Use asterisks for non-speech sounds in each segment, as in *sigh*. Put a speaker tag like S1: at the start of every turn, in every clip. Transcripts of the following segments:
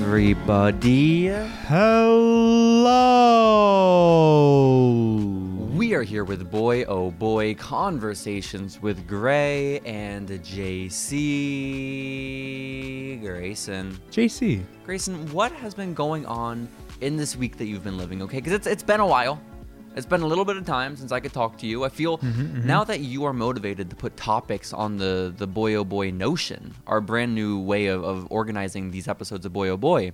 S1: everybody.
S2: Hello.
S1: We are here with Boy Oh Boy Conversations with Gray and JC Grayson.
S2: JC.
S1: Grayson, what has been going on in this week that you've been living? Okay, because it's it's been a while. It's been a little bit of time since I could talk to you. I feel now that you are motivated to put topics on the the Boy Oh Boy Notion, our brand new way of, of organizing these episodes of Boy Oh Boy.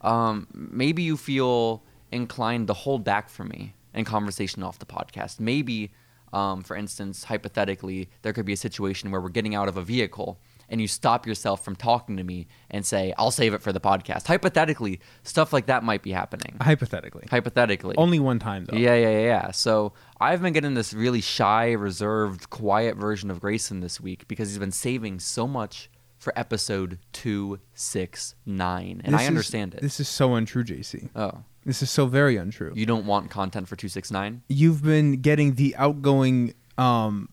S1: Um, maybe you feel inclined to hold back from me and conversation off the podcast. Maybe, um, for instance, hypothetically, there could be a situation where we're getting out of a vehicle and you stop yourself from talking to me and say, I'll save it for the podcast. Hypothetically, stuff like that might be happening.
S2: Hypothetically.
S1: Hypothetically.
S2: Only one time though.
S1: Yeah, yeah, yeah, yeah. So I've been getting this really shy, reserved, quiet version of Grayson this week because he's been saving so much for episode 269. And
S2: This
S1: I
S2: is-
S1: understand it.
S2: This is so untrue, JC.
S1: oh,
S2: This is so very untrue.
S1: you don't want content for 269?
S2: You've been getting the outgoing um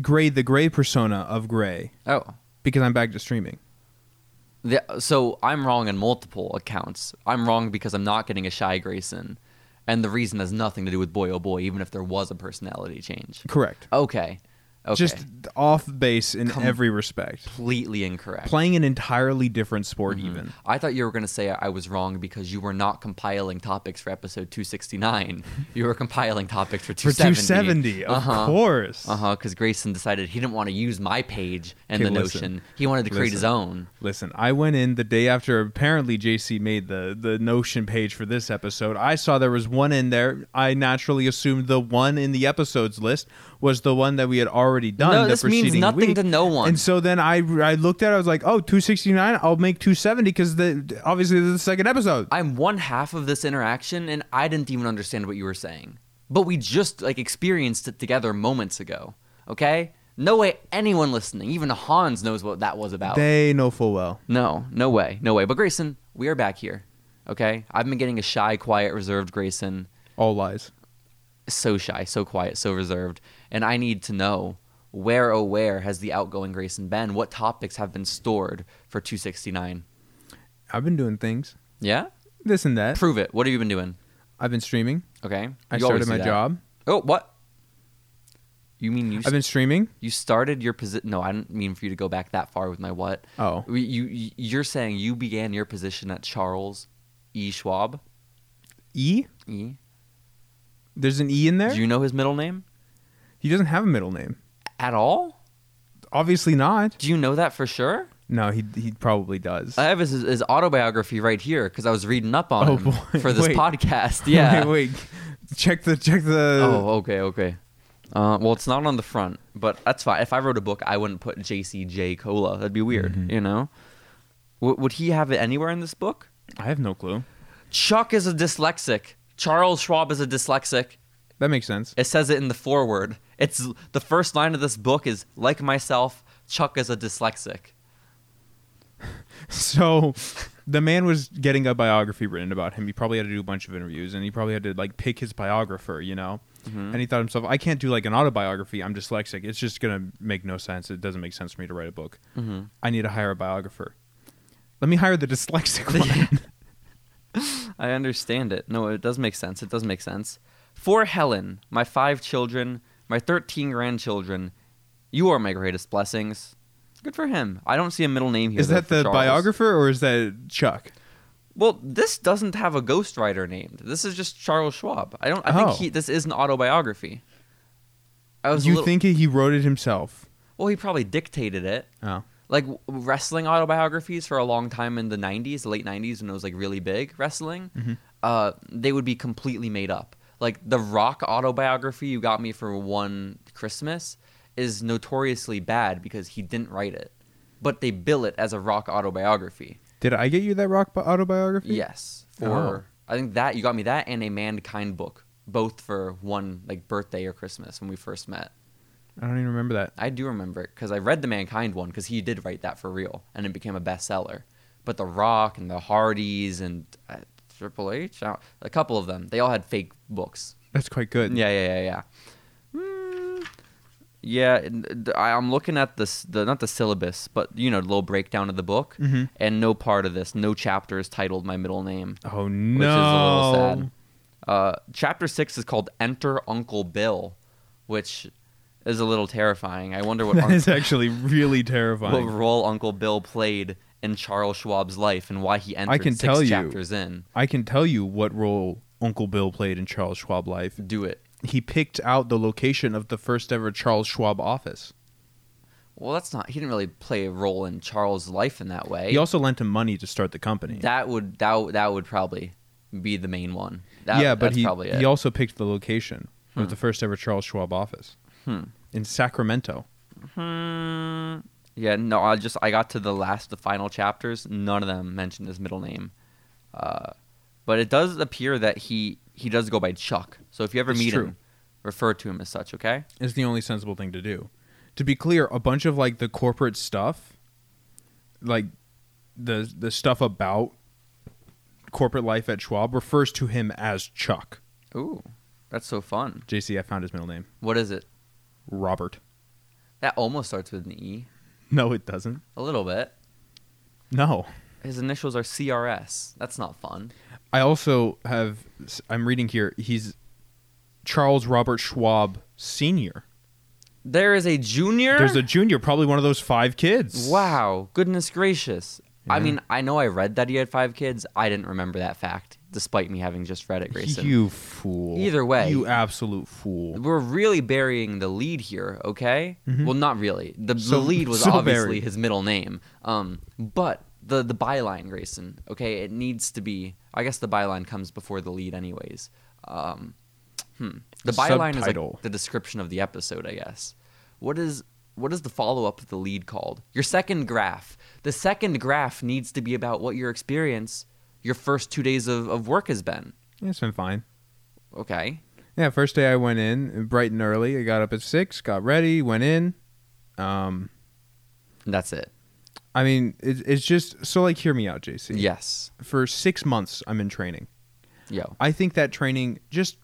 S2: Gray the Gray persona of Gray
S1: Oh.
S2: because I'm back to streaming.
S1: The, so I'm wrong on multiple accounts. I'm wrong because I'm not getting a shy Grayson. And the reason has nothing to do with boy oh boy, even if there was a personality change.
S2: Correct.
S1: Okay. Okay.
S2: Just off base in
S1: Com-
S2: every respect.
S1: completely incorrect.
S2: Playing an entirely different sport
S1: Mm-hmm.
S2: even.
S1: I thought you were going to say I was wrong because you were not compiling topics for episode 269. you were compiling topics for
S2: For
S1: 270.
S2: 270, of
S1: Uh-huh.
S2: course.
S1: Uh huh. Because Grayson decided he didn't want to use my page and
S2: Okay,
S1: the
S2: listen.
S1: notion. He wanted to create his
S2: Listen.
S1: own.
S2: Listen, I went in the day after apparently JC made the the notion page for this episode. I saw there was one in there. I naturally assumed the one in the episodes list was the one that we had already done.
S1: No,
S2: the
S1: this means
S2: preceding
S1: nothing
S2: week.
S1: to no one.
S2: And so then I I looked at it, I was like, oh, 269, I'll make 270 because the obviously this is the second episode.
S1: I'm one half of this interaction and I didn't even understand what you were saying. But we just like experienced it together moments ago. Okay? No way anyone listening, even Hans, knows what that was about.
S2: They know full well.
S1: No, no way, no way. But Grayson, we are back here. Okay, I've been getting a shy, quiet, reserved Grayson.
S2: All lies.
S1: So shy, so quiet, so reserved, and I need to know where, oh, where has the outgoing Grayson been? What topics have been stored for 269?
S2: I've been doing things.
S1: Yeah,
S2: This and that.
S1: prove it. What have you been doing?
S2: I've been streaming.
S1: Okay,
S2: I
S1: You always
S2: started
S1: do
S2: my
S1: that.
S2: job.
S1: Oh, what? You mean you?
S2: I've been streaming.
S1: you started your position. No, I didn't mean for you to go back that far with my what.
S2: Oh.
S1: We- you you- you're saying you began your position at Charles E. Schwab.
S2: E?
S1: E.
S2: There's an E in there?
S1: Do you know his middle name
S2: he doesn't have a middle name.
S1: at all?
S2: Obviously not.
S1: Do you know that for sure?
S2: No, he he probably does.
S1: I have his, his autobiography right here because I was reading up on
S2: Oh,
S1: him
S2: boy.
S1: for this
S2: Wait. *laughs*
S1: podcast. Yeah.
S2: *laughs* wait, wait. Check the check the.
S1: Oh, okay, okay. Uh, well, it's not on the front, but that's fine. If I wrote a book, I wouldn't put JCJ Cola. That'd be weird,
S2: Mm-hmm.
S1: you know? W- would he have it anywhere in this book?
S2: I have no clue.
S1: Chuck is a dyslexic. Charles Schwab is a dyslexic.
S2: That makes sense.
S1: It says it in the foreword. It's the first line of this book is like myself, Chuck is a dyslexic.
S2: *laughs* So, the man was getting a biography written about him. He probably had to do a bunch of interviews, and he probably had to like pick his biographer, you know.
S1: Mm-hmm.
S2: And he thought to himself, I can't do like an autobiography. I'm dyslexic. It's just gonna make no sense. It doesn't make sense for me to write a book.
S1: Mm-hmm.
S2: I need to hire a biographer. Let me hire
S1: *laughs*
S2: the dyslexic one.
S1: I understand it. No, it does make sense. It does make sense. For Helen, my five children, my 13 grandchildren, you are my greatest blessings. Good for him. I don't see a middle name here.
S2: *laughs* is
S1: though,
S2: that
S1: for
S2: the
S1: Charles.
S2: biographer or is that Chuck?
S1: Well, this doesn't have a ghostwriter named. This is just Charles Schwab. I don't. I
S2: Oh.
S1: think he. This is an autobiography. I was a
S2: You
S1: little-
S2: think he wrote it himself?
S1: Well, he probably dictated it.
S2: Oh,
S1: like w- wrestling autobiographies for a long time in the 90s the late 90s when it was like really big wrestling uh, they would be completely made up like the rock autobiography you got me for one christmas is notoriously bad because he didn't write it but they bill it as a rock autobiography
S2: did I get you that rock bi- autobiography?
S1: yes for i think that you got me that and a mankind book both for one like birthday or christmas when we first met
S2: I don't even remember that.
S1: I do remember it because I read the Mankind one because he did write that for real and it became a bestseller. But The Rock and The Hardys and uh, Triple H, uh, a couple of them, they all had fake books.
S2: That's quite good.
S1: Yeah, yeah, yeah, yeah. Mm, Yeah, and d- I- I'm looking at this, the not the syllabus, but you know, the little breakdown of the book, and no part of this, no chapter is titled my middle name,
S2: Oh
S1: which
S2: no.
S1: is a little sad. Uh, chapter six is called "Enter Uncle Bill," which is a little terrifying. I wonder what
S2: *laughs* *laughs* That
S1: Uncle
S2: is actually really
S1: what
S2: terrifying.
S1: role Uncle Bill played in Charles Schwab's life and why he entered
S2: can
S1: six
S2: tell you.
S1: chapters in.
S2: I can tell you what role Uncle Bill played in Charles Schwab life.
S1: Do it.
S2: He picked out the location of the first ever Charles Schwab office.
S1: Well, that's not. He didn't really play a role in Charles' life in that way.
S2: He also lent him money to start the company.
S1: that would that would- that would probably be the main one. That,
S2: yeah, but
S1: that's
S2: he
S1: probably it. Hmm.
S2: he also picked the location of the first ever Charles Schwab office in Sacramento.
S1: Hmm. Yeah, no, I just I got to the last, the final chapters. None of them mentioned his middle name, uh, but it does appear that he he does go by Chuck. So if you ever
S2: It's
S1: meet
S2: true.
S1: him, refer to him as such. Okay.
S2: Is the only sensible thing to do. To be clear, a bunch of like the corporate stuff, like the the stuff about corporate life at Schwab refers to him as Chuck.
S1: Ooh, that's so fun.
S2: JC, I found his middle name,
S1: What is it?
S2: Robert. *laughs*
S1: That almost starts with an E,
S2: No, it doesn't.
S1: a little bit.
S2: No.
S1: His initials are CRS. That's not fun.
S2: I also have. I'm reading here. He's Charles Robert Schwab Senior.
S1: There is a junior.
S2: There's a junior, probably one of those five kids.
S1: Wow, goodness gracious. I
S2: Yeah.
S1: mean, I know I read that he had five kids. I didn't remember that fact, despite me having just read it, Grayson.
S2: You fool.
S1: Either way.
S2: You absolute fool.
S1: We're really burying the lead here, okay? Well, not really. The,
S2: Mm-hmm. So-
S1: the lead was
S2: so
S1: obviously
S2: buried.
S1: his middle name. Um, but the, the byline, Grayson, okay, it needs to be. I guess the byline comes before the lead, anyways. Um, hmm. The byline is
S2: Subtitle.
S1: like the description of the episode, I guess. What is what is the follow up of the lead called? Your second graph. The second graph needs to be about what your experience, your first two days of, of work has been.
S2: Yeah, it's been fine.
S1: Okay.
S2: Yeah, first day I went in bright and early. I got up at six, got ready, went in. Um,
S1: That's it.
S2: I mean, it, it's just so like, hear me out, JC.
S1: Yes.
S2: For six months, I'm in training.
S1: Yo.
S2: I think that training, just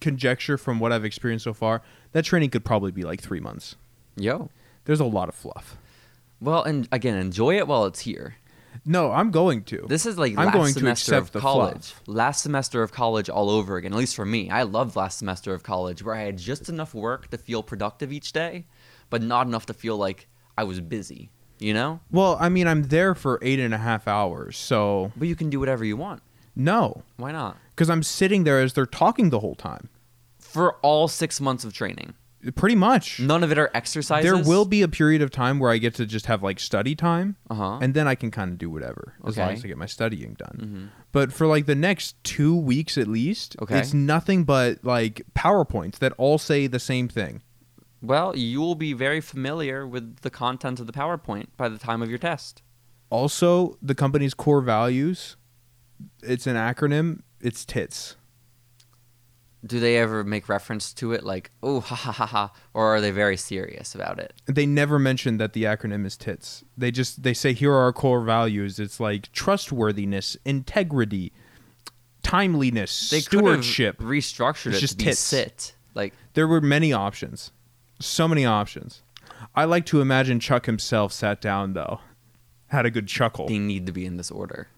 S2: conjecture from what I've experienced so far, that training could probably be like three months.
S1: Yo.
S2: There's a lot of fluff.
S1: Well, and again, enjoy it while it's here.
S2: No, I'm going to.
S1: This is like
S2: I'm
S1: last
S2: going to
S1: semester
S2: accept
S1: of
S2: the
S1: college.
S2: fluff.
S1: Last semester of college all over again, at least for me. I loved last semester of college where I had just enough work to feel productive each day, but not enough to feel like I was busy, you know?
S2: well, I mean, I'm there for eight and a half hours, so
S1: But you can do whatever you want.
S2: no,
S1: Why not?
S2: because I'm sitting there as they're talking the whole time.
S1: For all six months of training,
S2: Pretty much.
S1: none of it are exercises.
S2: There will be a period of time where I get to just have like study time,
S1: Uh-huh.
S2: and then I can kind of do whatever as long
S1: Okay. Mm-hmm.
S2: as I get my studying done. But for like the next two weeks at least,
S1: Okay.
S2: it's nothing but like PowerPoints that all say the same thing.
S1: Well, you will be very familiar with the content of the PowerPoint by the time of your test.
S2: Also, the company's core values, it's an acronym. It's tits.
S1: do they ever make reference to it like oh ha ha ha ha or are they very serious about it
S2: They never mention that the acronym is tits. They just they say here are our core values. It's like trustworthiness, integrity, timeliness,
S1: they could have
S2: stewardship.
S1: restructured
S2: It's
S1: it
S2: just
S1: to be
S2: tits.
S1: sit like
S2: There were many options. So many options. I like to imagine Chuck himself sat down though. Had a good chuckle.
S1: they need to be in this order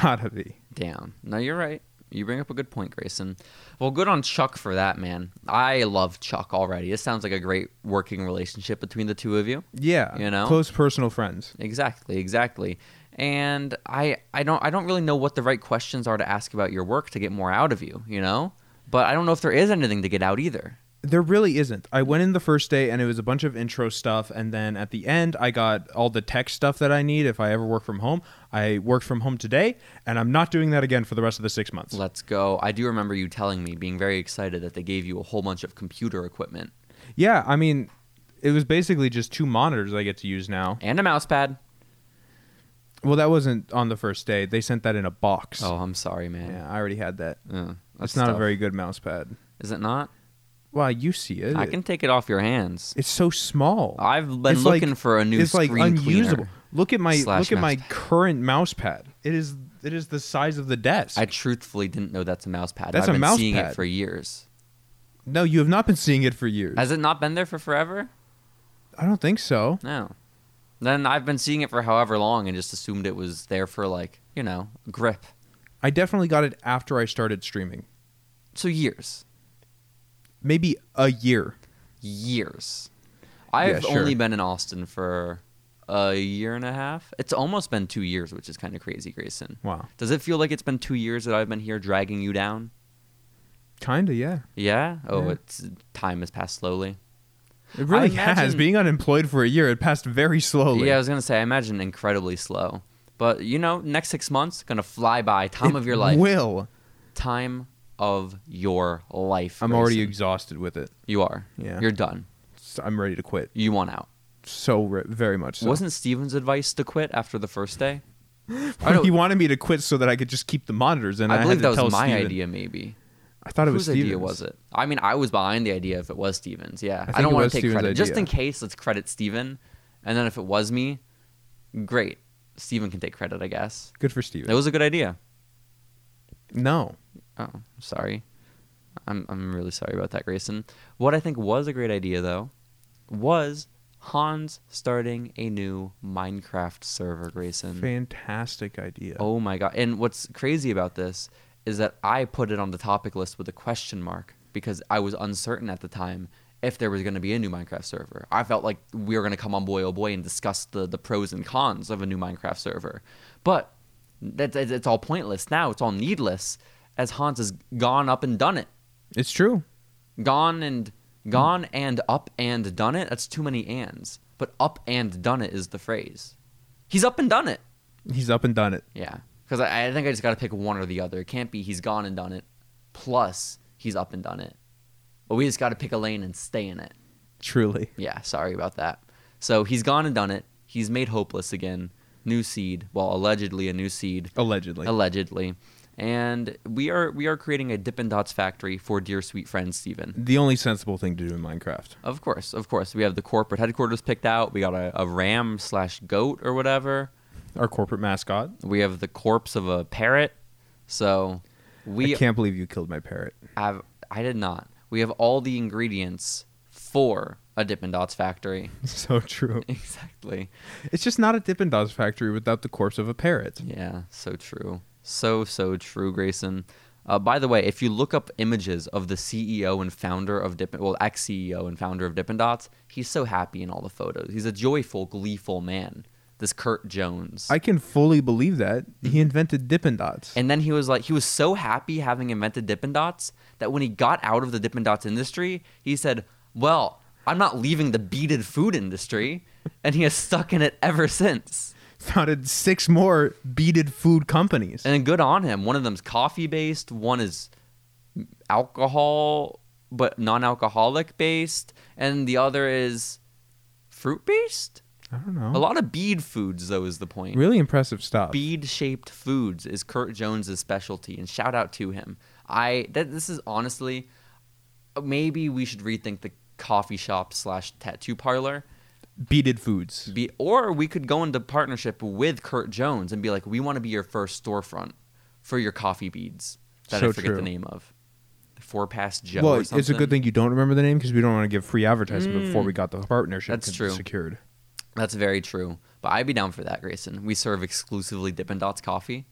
S2: Gotta be.
S1: damn no you're right you bring up a good point grayson well good on chuck for that man i love chuck already this sounds like a great working relationship between the two of you
S2: Yeah.
S1: You know?
S2: Close personal friends.
S1: Exactly, exactly. And I I don't I don't really know what the right questions are to ask about your work to get more out of you, you know? But I don't know if there is anything to get out either.
S2: There really isn't. I went in the first day and it was a bunch of intro stuff and then at the end I got all the tech stuff that I need if I ever work from home. I worked from home today and I'm not doing that again for the rest of the 6 months.
S1: Let's go. I do remember you telling me being very excited that they gave you a whole bunch of computer equipment
S2: Yeah, I mean it was basically just two monitors I get to use now.
S1: and a mouse pad.
S2: Well, that wasn't on the first day. They sent that in a box.
S1: Oh, I'm sorry, man.
S2: Yeah, I already had that.
S1: Yeah.
S2: That's not a very good mouse pad.
S1: Is it not?
S2: Well, you see it.
S1: I can take it off your hands.
S2: It's so small.
S1: I've been
S2: It's
S1: looking
S2: like-
S1: for a new
S2: it's like
S1: screen
S2: unusable.
S1: cleaner.
S2: Look at my
S1: slash
S2: look at my
S1: mouse pad.
S2: current mouse pad. It is it is the size of the desk.
S1: I truthfully didn't know that's a mouse pad.
S2: That's
S1: I've
S2: a
S1: been
S2: mouse
S1: seeing it
S2: pad.
S1: for years.
S2: No, you have not been seeing it for years.
S1: Has it not been there for forever?
S2: I don't think so.
S1: No. Then I've been seeing it for however long and just assumed it was there for like, you know, grip.
S2: I definitely got it after I started streaming.
S1: So years.
S2: Maybe a year.
S1: Years. I've
S2: sure.
S1: only been in Austin for a year and a half. It's almost been two years, which is kind of crazy, Grayson.
S2: Wow.
S1: Does it feel like it's been two years that I've been here dragging you down?
S2: Kinda, yeah.
S1: Yeah? Oh,
S2: Yeah.
S1: it's time has passed slowly.
S2: It really has.
S1: imagine-
S2: Being unemployed for a year, it passed very slowly.
S1: Yeah, I was gonna say, I imagine incredibly slow. But you know, next six months gonna fly by. Time
S2: It
S1: of your life.
S2: Will
S1: Time of your life.
S2: I'm already
S1: Grayson.
S2: exhausted with it.
S1: You are.
S2: Yeah.
S1: You're done.
S2: So I'm ready to quit.
S1: You want out.
S2: So re- very much. So.
S1: Wasn't Steven's advice to quit after the first day? I
S2: he
S1: don't-
S2: wanted me to quit so that I could just keep the monitors, and I,
S1: I,
S2: had
S1: believe
S2: to
S1: that
S2: tell
S1: was my
S2: Steven.
S1: idea, maybe.
S2: I thought it was
S1: Whose
S2: Steven's.
S1: idea was it? I mean, I was behind the idea if it was Steven's. Yeah.
S2: think
S1: I, don't
S2: it
S1: want
S2: was
S1: to take
S2: Steven's
S1: credit. Just
S2: idea.
S1: in case, let's credit Steven. And then if it was me, great. Steven can take credit, I guess.
S2: Good for Steven.
S1: It was a good idea.
S2: no,
S1: Oh, sorry. I'm I'm really sorry about that, Grayson. What I think was a great idea though was Hans starting a new Minecraft server, Grayson.
S2: fantastic idea.
S1: Hmm. Oh my god. And what's crazy about this is that I put it on the topic list with a question mark because I was uncertain at the time if there was going to be a new Minecraft server. I felt like we were going to come on boy oh boy and discuss the the pros and cons of a new Minecraft server. But that's it's it's all pointless now. It's all needless as Hans has gone up and done it.
S2: It's true.
S1: Gone and gone and up and done it. That's too many ands. But up and done it is the phrase. He's up and done it.
S2: He's up and done it.
S1: Yeah, because I, I think I just got to pick one or the other. It can't be he's gone and done it, plus he's up and done it. But we just got to pick a lane and stay in it.
S2: Truly.
S1: Yeah, sorry about that. So he's gone and done it. He's made hopeless again. New seed, well, allegedly a new seed,
S2: Allegedly.
S1: allegedly. And we are we are creating a Dippin' Dots factory for dear sweet friend Steven.
S2: the only sensible thing to do in Minecraft.
S1: Of course, of course. We have the corporate headquarters picked out. We got a, a ram slash goat or whatever.
S2: Our corporate mascot.
S1: We have the corpse of a parrot. So we
S2: I can't believe you killed my parrot. *laughs*
S1: have I did not. We have all the ingredients for a Dippin' Dots factory. *laughs*
S2: so true.
S1: exactly.
S2: It's just not a Dippin' Dots factory without the corpse of a parrot.
S1: Yeah, so true. So so true, Grayson. Uh, by the way, if you look up images of the CEO and founder of Dippin', well, ex CEO and founder of Dippin' Dots, he's so happy in all the photos. He's a joyful, gleeful man. This Kurt Jones.
S2: I can fully believe that he invented Dippin' Dots.
S1: Mm-hmm. And then he was like, he was so happy having invented Dippin' Dots that when he got out of the Dippin' Dots industry, he said, "Well, I'm not leaving the beaded food industry," and he has stuck in it ever since.
S2: founded six more beaded food companies.
S1: And good on him. One of them's coffee based. One is alcohol, but non-alcoholic based, and the other is fruit based.
S2: I don't
S1: A
S2: know.
S1: lot of bead foods, though, is the point.
S2: Really impressive stuff.
S1: bead shaped foods is Kurt Jones's specialty, and shout out to him. I that this is honestly, maybe we should rethink the coffee shop slash tattoo parlor,
S2: beaded foods.
S1: be, or we could go into partnership with Kurt Jones and be like, we want to be your first storefront for your coffee beads that I
S2: So
S1: forget
S2: true.
S1: the name of, Four Pass Joe.
S2: well,
S1: or
S2: it's a
S1: something. Mm.
S2: good thing you don't remember the name because we don't want to give free advertisement before we got the partnership
S1: That's true.
S2: secured.
S1: That's very true. But I'd be down for that, Grayson. We serve exclusively Dippin' Dots coffee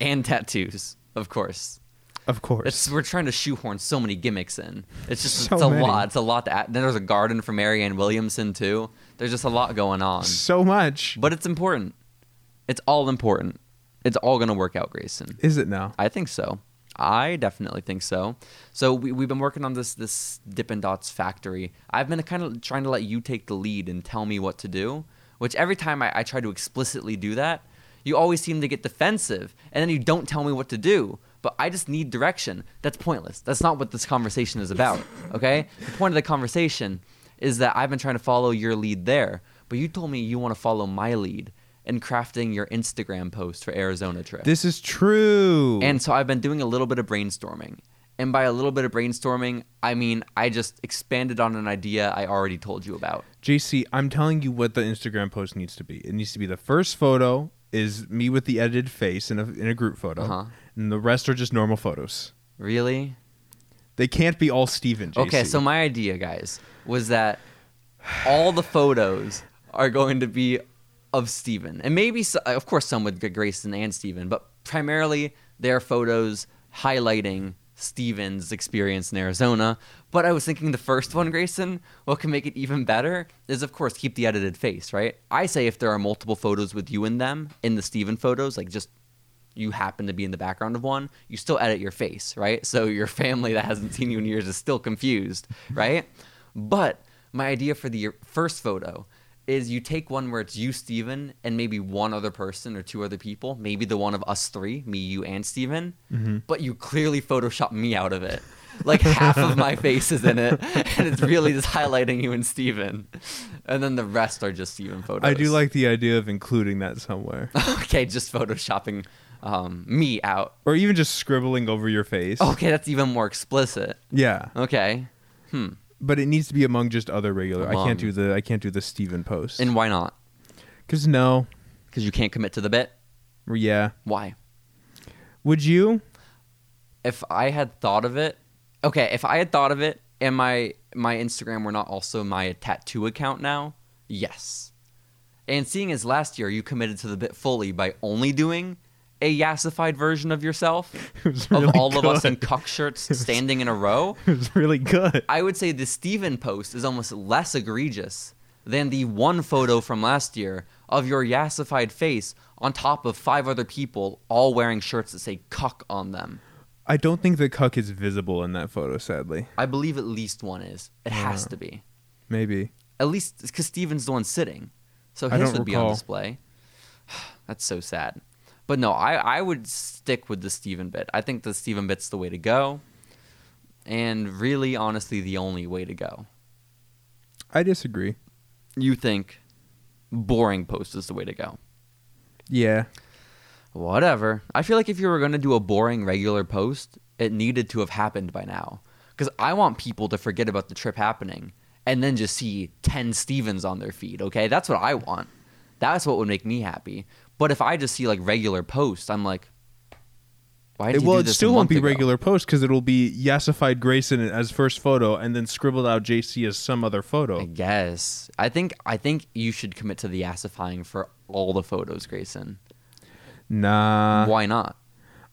S1: and tattoos, of course.
S2: Of course.
S1: It's, we're trying to shoehorn so many gimmicks in. It's just
S2: So
S1: it's a
S2: many.
S1: lot. It's a lot to add. Then there's a garden for Marianne Williamson too. There's just a lot going on.
S2: so much.
S1: But it's important. It's all important. It's all gonna work out, Grayson.
S2: Is it now?
S1: I think so. I definitely think so. So we we've been working on this this Dippin' Dots factory. I've been kind of trying to let you take the lead and tell me what to do. Which every time I, I try to explicitly do that, you always seem to get defensive, and then you don't tell me what to do. But I just need direction. That's pointless. That's not what this conversation is about. Okay. the point of the conversation is that I've been trying to follow your lead there, but you told me you want to follow my lead in crafting your Instagram post for Arizona trip.
S2: This is true.
S1: And so I've been doing a little bit of brainstorming. And by a little bit of brainstorming, I mean I just expanded on an idea I already told you about.
S2: JC, I'm telling you what the Instagram post needs to be. It needs to be the first photo is me with the edited face in a in a group photo,
S1: Uh-huh.
S2: and the rest are just normal photos.
S1: Really?
S2: They can't be all Steven. JC.
S1: Okay, so my idea, guys, was that all the photos are going to be of Steven. And maybe, s- of course, some with Grayson and Steven, but primarily their photos highlighting Steven's experience in Arizona. But I was thinking the first one, Grayson, what can make it even better is, of course, keep the edited face, right? I say if there are multiple photos with you in them, in the Steven photos, like just you happen to be in the background of one, you still edit your face, right? So your family that hasn't seen you in years is still confused, right? But my idea for the first photo is you take one where it's you, Steven, and maybe one other person or two other people, maybe the one of us three, me, you, and Steven,
S2: Mm-hmm.
S1: but you clearly Photoshop me out of it. Like half of my face is in it, and it's really just highlighting you and Steven. And then the rest are just Steven photos.
S2: I do like the idea of including that somewhere,
S1: *laughs* Okay, just photoshopping um, me out.
S2: or even just scribbling over your
S1: *laughs*
S2: face.
S1: Okay, that's even more explicit.
S2: Yeah,
S1: Okay. Hmm.
S2: but it needs to be among just other regular. I
S1: Among.
S2: can't do the I can't do the Steven post.
S1: And why not?
S2: Cause no,
S1: Because you can't commit to the bit.
S2: yeah.
S1: Why?
S2: Would you? *laughs*
S1: If I had thought of it, okay. If I had thought of it, and my my Instagram were not also my tattoo account now, yes. And seeing as last year you committed to the bit fully by only doing a yassified version of yourself
S2: *laughs* It was
S1: of
S2: really
S1: all of us
S2: good.
S1: in cuck shirts standing in a row,
S2: *laughs* It was really good.
S1: I would say the Steven post is almost less egregious than the one photo from last year of your yassified face on top of five other people all wearing shirts that say cuck on them.
S2: I don't think the cuck is visible in that photo. Sadly,
S1: I believe at least one is. It has to be.
S2: maybe.
S1: At least because Steven's the one sitting. So
S2: I
S1: his
S2: don't
S1: would be on
S2: recall.
S1: display. *sighs* That's so sad. But no, I, I would stick with the Steven bit. I think the Steven bit's the way to go. And really, honestly, the only way to go.
S2: I disagree.
S1: you think boring post is the way to go.
S2: Yeah,
S1: Whatever. I feel like if you were going to do a boring regular post, it needed to have happened by now. Because I want people to forget about the trip happening and then just see 10 Stevens on their feed, okay? That's what I want. That's what would make me happy. But if I just see like regular posts, I'm like, why did
S2: it,
S1: you
S2: well,
S1: do
S2: it
S1: this a
S2: still won't
S1: month
S2: be
S1: ago?
S2: regular post because it'll be yassified Grayson as first photo and then scribbled out JC as some other
S1: I
S2: photo.
S1: guess. I think I think you should commit to the assifying for all the photos, Grayson.
S2: Nah,
S1: why not?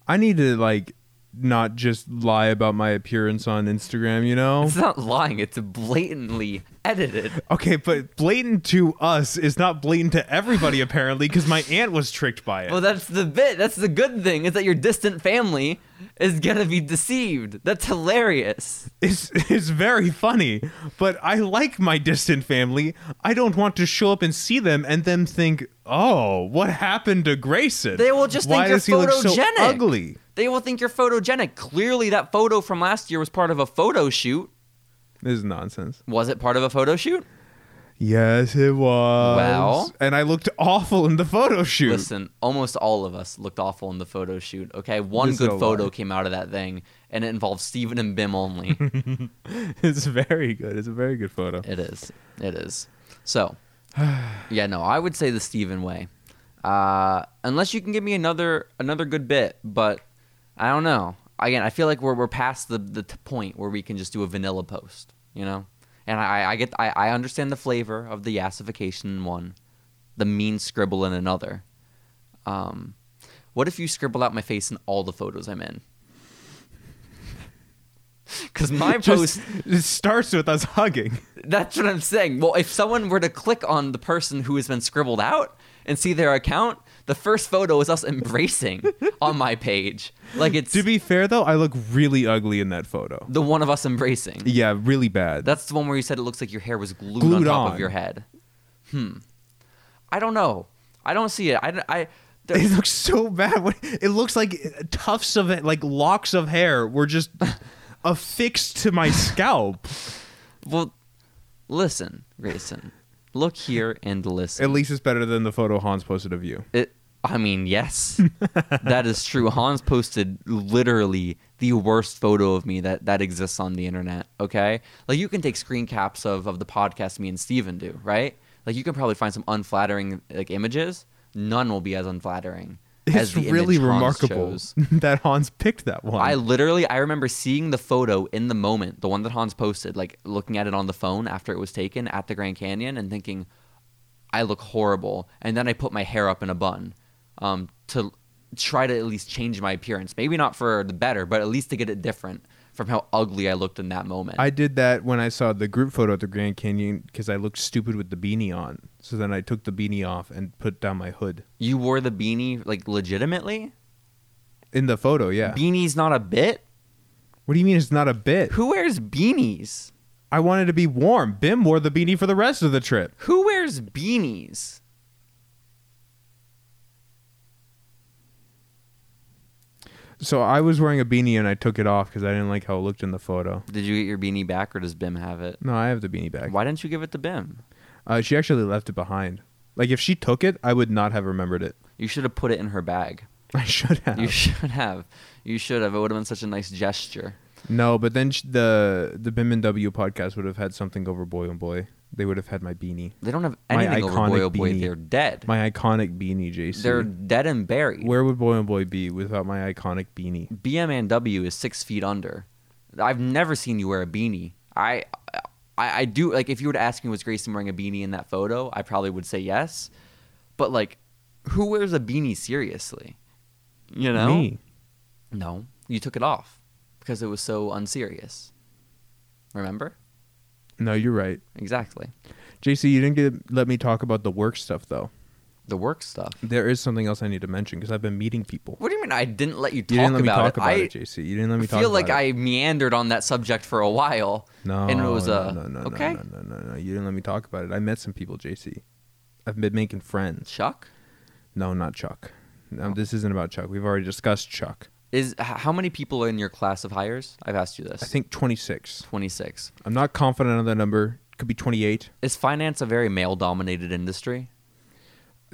S2: I need to like not just lie about my appearance on Instagram. You know?
S1: It's not lying. It's blatantly
S2: *laughs*
S1: edited.
S2: Okay, but blatant to us is not blatant to everybody apparently because my aunt was tricked by it.
S1: Well, that's the bit. That's the good thing is that your distant family is gonna be deceived. That's hilarious.
S2: It's it's very funny, but I like my distant family. I don't want to show up and see them and then think, "Oh, what happened to Grayson?"
S1: They will just think
S2: Why
S1: you're
S2: does he look so
S1: photogenic.
S2: ugly?
S1: They will think you're photogenic. Clearly, that photo from last year was part of a photo shoot.
S2: This is nonsense.
S1: Was it part of a photo shoot?
S2: Yes, it was.
S1: Well-
S2: and I looked awful in the photo shoot.
S1: Listen, almost all of us looked awful in the photo shoot. Okay, one
S2: There's
S1: good
S2: no
S1: photo
S2: lie.
S1: came out of that thing, and it involved Steven and Bim only.
S2: *laughs* It's very good. It's a very good photo.
S1: It is. It is. So, yeah, no, I would say the Steven way. Uh, unless you can give me another another good bit, but I don't know. Again, I feel like we're we're past the the t- point where we can just do a vanilla post, you know. And I I get I, I understand the flavor of the yassification in one, the mean scribble in another. Um, what if you scribble out my face in all the photos I'm in? *laughs* Because my post
S2: *laughs* Just, it starts with us hugging.
S1: that's what I'm saying. Well, if someone were to click on the person who has been scribbled out and see their account, the first photo is us
S2: *laughs*
S1: embracing on my page. Like it's
S2: To be fair though, I look really ugly in that photo.
S1: the one of us embracing.
S2: Yeah, really bad.
S1: That's the one where you said it looks like your hair was glued, on
S2: Glued
S1: top of
S2: on.
S1: your head. Hmm. I don't know. I don't see it. I, don't- I there-
S2: *laughs* *laughs* It looks so bad. What- It looks like uh, tufts of it, like locks of hair
S1: *laughs*
S2: were just affixed to my scalp.
S1: well, listen, Grayson. Look here and listen.
S2: At least it's better than the photo Hans posted of you.
S1: It, I mean, yes, that is
S2: *laughs*
S1: true. Hans posted literally the worst photo of me that, that exists on the internet. Okay, like you can take screen caps of of the podcast me and Steven do, right? Like you can probably find some unflattering like images. None will be as unflattering as
S2: It's
S1: the
S2: really
S1: image Hans
S2: remarkable
S1: chose.
S2: *laughs* that Hans picked that one.
S1: I literally I remember seeing the photo in the moment, the one that Hans posted, like looking at it on the phone after it was taken at the Grand Canyon and thinking, I look horrible. And then I put my hair up in a bun um, to try to at least change my appearance. Maybe not for the better, but at least to get it different from how ugly I looked in that moment.
S2: I did that when I saw the group photo at the Grand Canyon because I looked stupid with the beanie on. So then I took the beanie off and put down my hood.
S1: you wore the beanie like legitimately?
S2: In the photo, yeah.
S1: Beanie's not a bit?
S2: what do you mean it's not a bit?
S1: Who wears beanies?
S2: I wanted to be warm. Bim wore the beanie for the rest of the trip.
S1: Who wears beanies?
S2: So I was wearing a beanie and I took it off because I didn't like how it looked in the photo.
S1: Did you get your beanie back or does Bim have it?
S2: No, I have the beanie back.
S1: Why didn't you give it to Bim?
S2: Uh, she actually left it behind. Like if she took it, I would not have remembered it. *laughs*
S1: You should have put it in her bag.
S2: I should have.
S1: You should have. You should have. It would have been such a nice gesture.
S2: no, but then sh- the the Bim and W podcast would have had something over Boy and Boy. They would have had my beanie,
S1: They don't have
S2: My
S1: anything over
S2: iconic
S1: Boy Oh Boy.
S2: beanie.
S1: They're dead.
S2: my iconic beanie, JC.
S1: They're dead and buried.
S2: Where would Boy and Boy be without my iconic beanie?
S1: BMNW is six feet under. I've never seen you wear a beanie. I, I, I do like if you were to ask me was Grayson wearing a beanie in that photo, I probably would say yes. But like, who wears a beanie seriously? You know?
S2: Me.
S1: No, you took it off because it was so unserious. Remember?
S2: No, you're right.
S1: Exactly.
S2: JC, you didn't get, let me talk about the work stuff though.
S1: The work stuff.
S2: There is something else I need to mention because I've been meeting people.
S1: What do you mean I didn't let you talk
S2: You didn't let me
S1: about it?
S2: talk about
S1: I
S2: it, JC. You didn't let me talk.
S1: feel
S2: about
S1: like I
S2: it.
S1: meandered on that subject for a while.
S2: No,
S1: and it was
S2: no,
S1: uh,
S2: no, no,
S1: okay.
S2: no, no, no, no, no. You didn't let me talk about it. I met some people, JC. I've been making friends.
S1: Chuck
S2: No, not Chuck.
S1: Oh.
S2: No, this isn't about Chuck. We've already discussed Chuck.
S1: is h- how many people are in your class of hires? I've asked you this.
S2: I think 26.
S1: 26.
S2: I'm not confident on that number. Could be 28,
S1: Is finance a very male-dominated industry?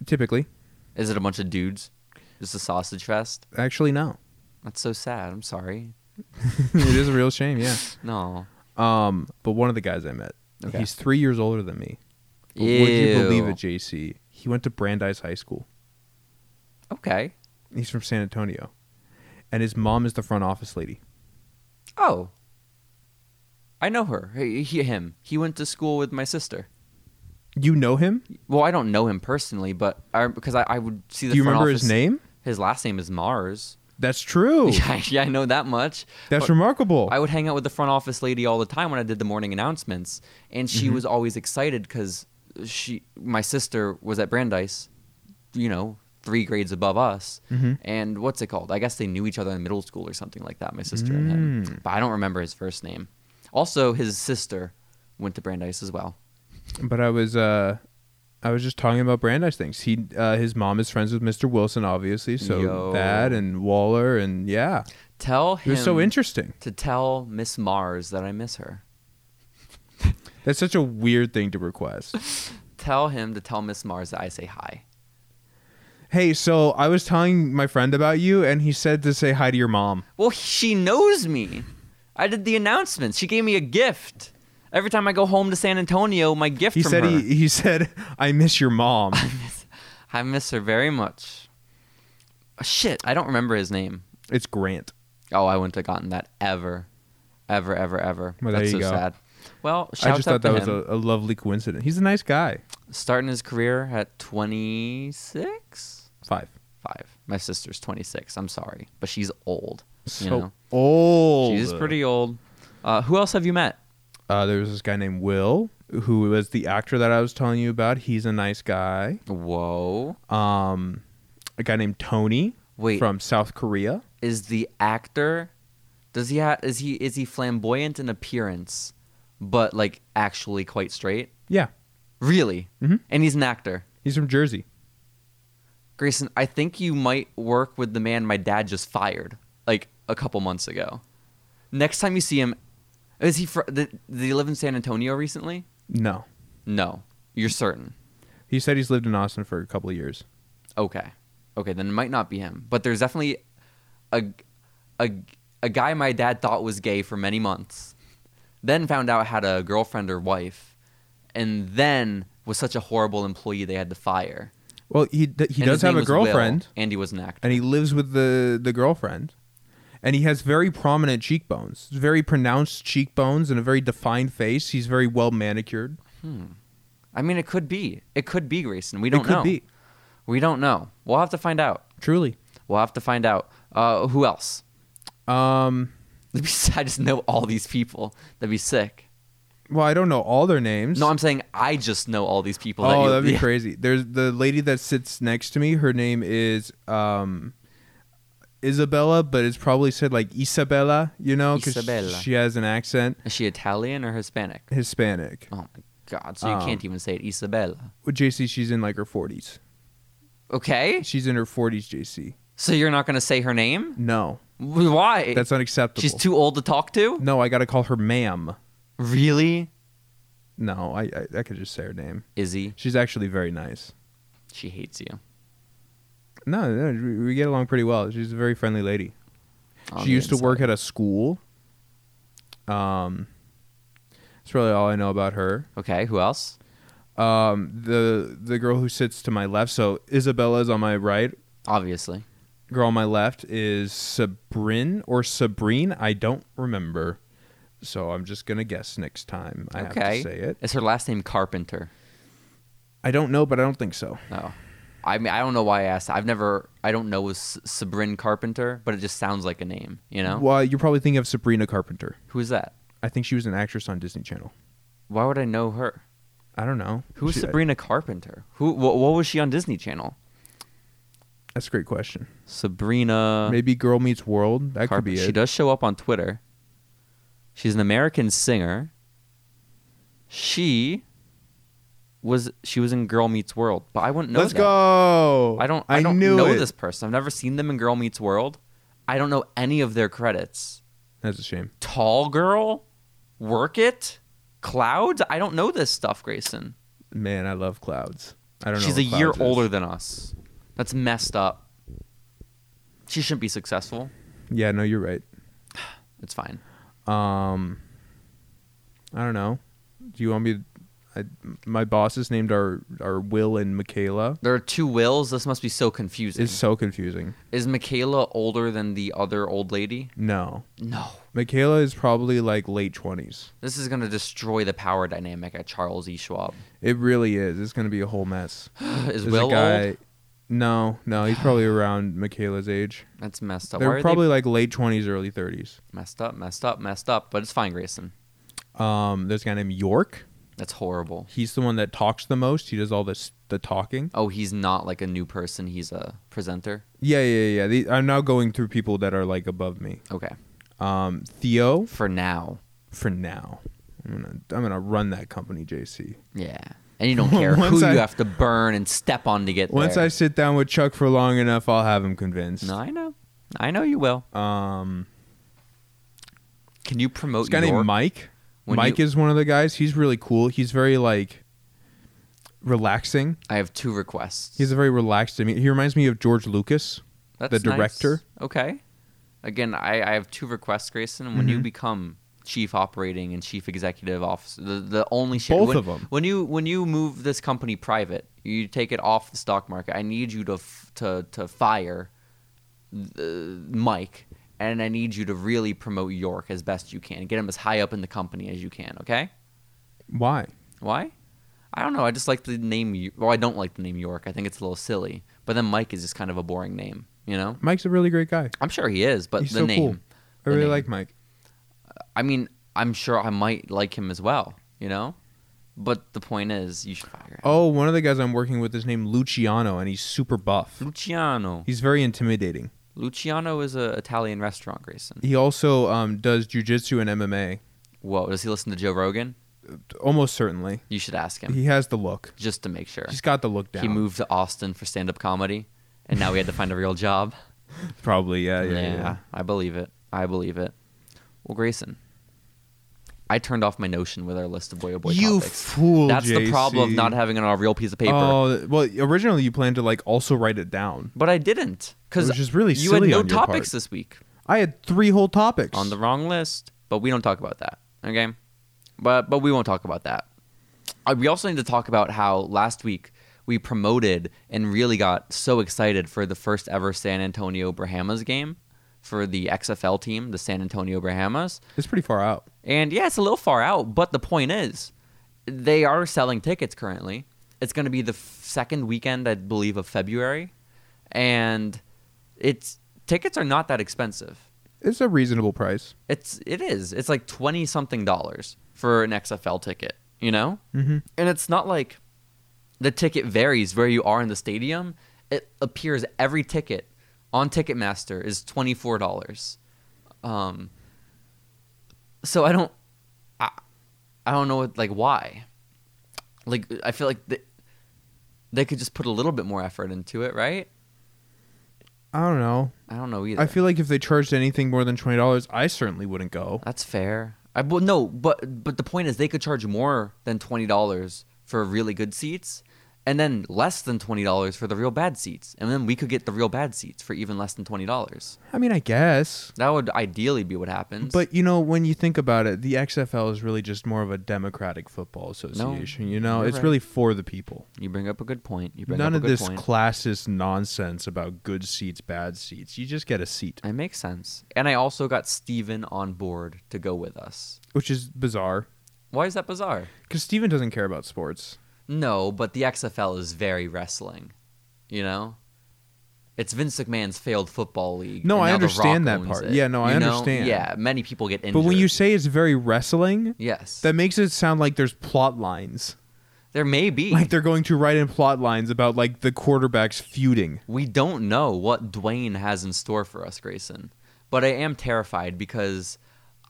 S2: typically.
S1: Is it a bunch of dudes? Just a sausage fest?
S2: Actually, no. *laughs*
S1: That's so sad. I'm sorry.
S2: it is a real shame,
S1: *laughs*
S2: yeah.
S1: No.
S2: Um, but one of the guys I met,
S1: Okay.
S2: he's three years older than me. But Would you believe it, JC? He went to Brandeis High School.
S1: Okay.
S2: He's from San Antonio, and his mom is the front office lady.
S1: Oh. I know her. He, he, him. He went to school with my sister.
S2: You know him?
S1: Well, I don't know him personally, but I, because I, I would see the.
S2: Do you
S1: front
S2: remember
S1: office-
S2: his name?
S1: His last name is Mars. *laughs*
S2: That's true.
S1: Yeah, yeah, I know that much.
S2: That's
S1: But
S2: remarkable.
S1: I would hang out with the front office lady all the time when I did the morning announcements, and she was always excited because she, my sister, was at Brandeis, you know, three grades above us.
S2: Mhm.
S1: And what's it called? I guess they knew each other in middle school or something like that. My sister and him, but I don't remember his first name. Also, his sister went to Brandeis as well.
S2: but I was uh I was just talking about Brandeis things. He uh his mom is friends with Mr. Wilson obviously, so
S1: Yo.
S2: that and Waller and yeah.
S1: Tell
S2: It
S1: him
S2: was so interesting.
S1: to tell Miss Mars that I miss her.
S2: That's such a weird thing to request.
S1: Tell him to tell Miss Mars that I say hi.
S2: hey, so I was telling my friend about you and he said to say hi to your mom.
S1: Well, she knows me. I did the announcements. She gave me a gift. Every time I go home to San Antonio, my gift
S2: He
S1: from
S2: said
S1: her.
S2: he he said I miss your
S1: *laughs*
S2: mom.
S1: I miss her very much. Oh, Shit, I don't remember his name.
S2: it's Grant.
S1: Oh, I wouldn't have gotten that ever, ever, ever, ever.
S2: Well, there
S1: That's
S2: you
S1: so
S2: go.
S1: sad. Well,
S2: I
S1: shout
S2: just
S1: out
S2: thought
S1: to
S2: that was
S1: him.
S2: a, a lovely coincidence. He's a nice guy.
S1: Starting his career at 26,
S2: Five.
S1: five. My sister's 26. I'm sorry, but she's old.
S2: So
S1: you know,
S2: old.
S1: she's pretty old. Uh, who else have you met?
S2: Uh, there was this guy named Will, who was the actor that I was telling you about. He's a nice guy.
S1: Whoa.
S2: Um, a guy named Tony
S1: Wait.
S2: from South Korea.
S1: is the actor does he ha- is he is he flamboyant in appearance but like actually quite straight
S2: Yeah,
S1: really
S2: Mhm.
S1: and he's an actor
S2: he's from Jersey.
S1: grayson i think you might work with the man my dad just fired like a couple months ago next time you see him is he fr- th- did he live in san antonio recently
S2: No,
S1: no you're certain
S2: he said he's lived in Austin for a couple of years.
S1: Okay. Okay, then it might not be him. But there's definitely a a a guy my dad thought was gay for many months. Then found out had a girlfriend or wife and then was such a horrible employee they had to fire.
S2: Well, he d- he
S1: And
S2: does
S1: his name
S2: have a
S1: was Will,
S2: girlfriend,
S1: and he was an actor.
S2: and he lives with the the girlfriend, and he has very prominent cheekbones, very pronounced cheekbones, and a very defined face. He's very well manicured.
S1: I mean, it could be. It could be Grayson. We
S2: It
S1: don't
S2: could
S1: know.
S2: be
S1: We don't know. We'll have to find out.
S2: truly.
S1: We'll have to find out. Uh, who else? *laughs*
S2: Um,
S1: I just know all these people. That'd be sick.
S2: well, I don't know all their names.
S1: No, I'm saying I just know all these people. that
S2: oh,
S1: you,
S2: that'd be
S1: yeah.
S2: crazy. There's the lady that sits next to me. Her name is um, Isabella, but it's probably said like Isabella, you know, because
S1: Isabella.
S2: she has an accent,
S1: Is she Italian or Hispanic?
S2: Hispanic.
S1: Oh my god! So you
S2: Um,
S1: can't even say it, Isabella.
S2: With JC, she's in like her 40s.
S1: Okay,
S2: She's in her 40s, JC.
S1: so you're not gonna say her name?
S2: No,
S1: Why?
S2: that's unacceptable.
S1: She's too old to talk to.
S2: No, I gotta call her ma'am.
S1: Really?
S2: No, I, I I could just say her name.
S1: Izzy,
S2: She's actually very nice.
S1: she hates you.
S2: No, no, we- we get along pretty well. She's a very friendly lady.
S1: on
S2: she
S1: the
S2: used to work
S1: inside.
S2: at a school. Um, that's really all I know about her.
S1: Okay, who else?
S2: Um, the the girl who sits to my left, so Isabella is on my right.
S1: Obviously.
S2: Girl on my left is Sabrin or Sabrine. I don't remember, so I'm just gonna guess next time I
S1: Okay.
S2: have to say it.
S1: Is her last name Carpenter?
S2: I don't know, but I don't think so.
S1: No. I mean, I don't know why I asked. I've never, I don't know S- Sabrin Carpenter, but it just sounds like a name, you know?
S2: Well, you're probably thinking of Sabrina Carpenter.
S1: Who is that?
S2: I think she was an actress on Disney Channel.
S1: Why would I know her?
S2: I don't know.
S1: Who is
S2: She- uh,
S1: Sabrina Carpenter? Who? Wh- what was she on Disney Channel?
S2: That's a great question.
S1: Sabrina.
S2: Maybe Girl Meets World. That could
S1: Uh. Carpenter.
S2: be it.
S1: She does show up on Twitter. She's an American singer. She was she was in Girl Meets World, but I wouldn't know.
S2: Let's
S1: that.
S2: go.
S1: I don't. I, don't
S2: knew
S1: know
S2: it.
S1: this person. I've never seen them in Girl Meets World. I don't know any of their credits.
S2: That's a shame.
S1: Tall Girl, Work It, Clouds. I don't know this stuff, Grayson.
S2: Man, I love clouds. I don't know.
S1: She's a
S2: what
S1: year
S2: Clouds is.
S1: older than us. That's messed up. She shouldn't be successful.
S2: Yeah, no, you're right.
S1: It's fine.
S2: Um, I don't know. Do you want me? I, my bosses named our our Will and Michaela.
S1: There are two wills. This must be so confusing.
S2: It's so confusing.
S1: Is Michaela older than the other old lady?
S2: No,
S1: No.
S2: Michaela is probably like late twenties.
S1: This is going to destroy the power dynamic at Charles E. Schwab.
S2: *gasps*
S1: *gasps*
S2: It really is. It's gonna be a whole mess.
S1: Is
S2: There's a
S1: Will
S2: guy-
S1: old?
S2: No, no, he's probably around Michaela's age.
S1: That's messed up. Why
S2: They're
S1: are
S2: probably like late twenties, early thirties.
S1: they messed up, messed up, messed up? But it's fine, Grayson.
S2: Um, there's a guy named York.
S1: That's horrible.
S2: He's the one that talks the most. He does all this the talking.
S1: Oh, he's not like a new person. He's a presenter.
S2: Yeah, yeah, yeah. The, I'm now going through people that are like above me.
S1: Okay.
S2: Um, Theo
S1: For now.
S2: for now. I'm gonna I'm gonna run that company, JC.
S1: Yeah. And
S2: *laughs*
S1: you don't care who
S2: Once I-
S1: you have to burn and step on to get
S2: Once I
S1: there.
S2: sit down with Chuck for long enough, I'll have him convinced.
S1: No, I know. I know you will.
S2: Um,
S1: Can you promote
S2: this guy
S1: your...
S2: named Mike.
S1: When
S2: Mike
S1: you-
S2: is one of the guys. He's really cool. He's very like relaxing.
S1: I have two requests.
S2: He's a very relaxed. I mean, he reminds me of George Lucas.
S1: That's
S2: the
S1: nice.
S2: director.
S1: Okay. Again, I, I have two requests, Grayson. When
S2: Mm-hmm.
S1: you become chief operating and chief executive officer, the, the only shit.
S2: Both
S1: when,
S2: of 'em.
S1: When you when you move this company private, you take it off the stock market. I need you to f- to to fire uh, Mike, and I need you to really promote York as best you can. Get him as high up in the company as you can. Okay.
S2: Why?
S1: Why? I don't know. I just like the name. Y- Well, I don't like the name York. I think it's a little silly. But then Mike is just kind of a boring name. You know.
S2: Mike's a really great guy.
S1: I'm sure he is, but
S2: He's
S1: the
S2: so
S1: name.
S2: cool. I
S1: the
S2: really
S1: name.
S2: like Mike.
S1: I mean, I'm sure I might like him as well. You know, but the point is, you should fire him.
S2: Oh, one of the guys I'm working with is named Luciano, and he's super buff.
S1: Luciano.
S2: He's very intimidating.
S1: Luciano is a Italian restaurant, Grayson.
S2: He also um, does jujitsu and MMA,
S1: Whoa, does he listen to Joe Rogan?
S2: almost certainly.
S1: You should ask him
S2: He has the look.
S1: just to make sure.
S2: He's got the look down.
S1: He moved to Austin for stand-up comedy, and now he had to find a real job.
S2: Probably, *laughs* yeah, yeah, yeah. yeah.
S1: I believe it. I believe it. Well, Grayson, I turned off my Notion with our list of boy oh boy
S2: You
S1: topics.
S2: fool,
S1: That's the problem of
S2: JC.
S1: not having it on a real piece of paper.
S2: Oh, well, originally you planned to like also write it down.
S1: But I didn't because
S2: Which is really
S1: you
S2: silly
S1: had no
S2: on your
S1: topics
S2: part.
S1: this week
S2: I had three whole topics.
S1: on the wrong list. But we don't talk about that, okay? But but we won't talk about that. Uh, we also need to talk about how last week we promoted and really got so excited for the first ever San Antonio Brahmas game for the XFL team, the San Antonio Brahmas.
S2: It's pretty far out.
S1: And yeah, it's a little far out, but the point is, they are selling tickets currently. It's going to be the f- second weekend, I believe, of February, and it's tickets are not that expensive.
S2: It's a reasonable price.
S1: It's it is. It's like twenty something dollars for an XFL ticket, you know.
S2: Mm-hmm.
S1: And it's not like the ticket varies where you are in the stadium. It appears every ticket on Ticketmaster is twenty four dollars. Um, so I don't, I, I don't know what, like why. Like I feel like they, they could just put a little bit more effort into it, right?
S2: I don't know.
S1: I don't know either.
S2: I feel like if they charged anything more than twenty dollars, I certainly wouldn't go.
S1: That's fair. I well, no, but but the point is they could charge more than twenty dollars for really good seats, and then less than twenty dollars for the real bad seats, and then we could get the real bad seats for even less than twenty dollars.
S2: I mean, I guess.
S1: That would ideally be what happens.
S2: But you know, when you think about it, the XFL is really just more of a democratic football association. you know,
S1: you're
S2: it's
S1: right.
S2: really for the people.
S1: you bring up a good point. You bring
S2: None
S1: up
S2: of
S1: a good
S2: this
S1: point.
S2: classist nonsense about good seats, bad seats. You just get a seat,
S1: it makes sense. And I also got Steven on board to go with us.
S2: which is bizarre
S1: Why is that bizarre?
S2: because Steven doesn't care about sports.
S1: No, but the XFL is very wrestling. You know? It's Vince McMahon's failed football league.
S2: No,
S1: and
S2: I
S1: now The Rock
S2: understand that
S1: owns
S2: part.
S1: it,
S2: Yeah, no, I
S1: you know?
S2: understand.
S1: Yeah, many people get injured.
S2: But when you say it's very wrestling,
S1: yes,
S2: that makes it sound like there's plot lines.
S1: there may be.
S2: Like they're going to write in plot lines about like the quarterbacks feuding. *laughs*
S1: we don't know what Dwayne has in store for us, Grayson. But I am terrified because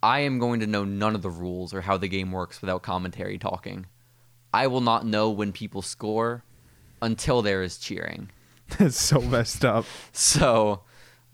S1: I am going to know none of the rules or how the game works without commentary talking. I will not know when people score until there is cheering. *laughs*
S2: That's so messed up.
S1: So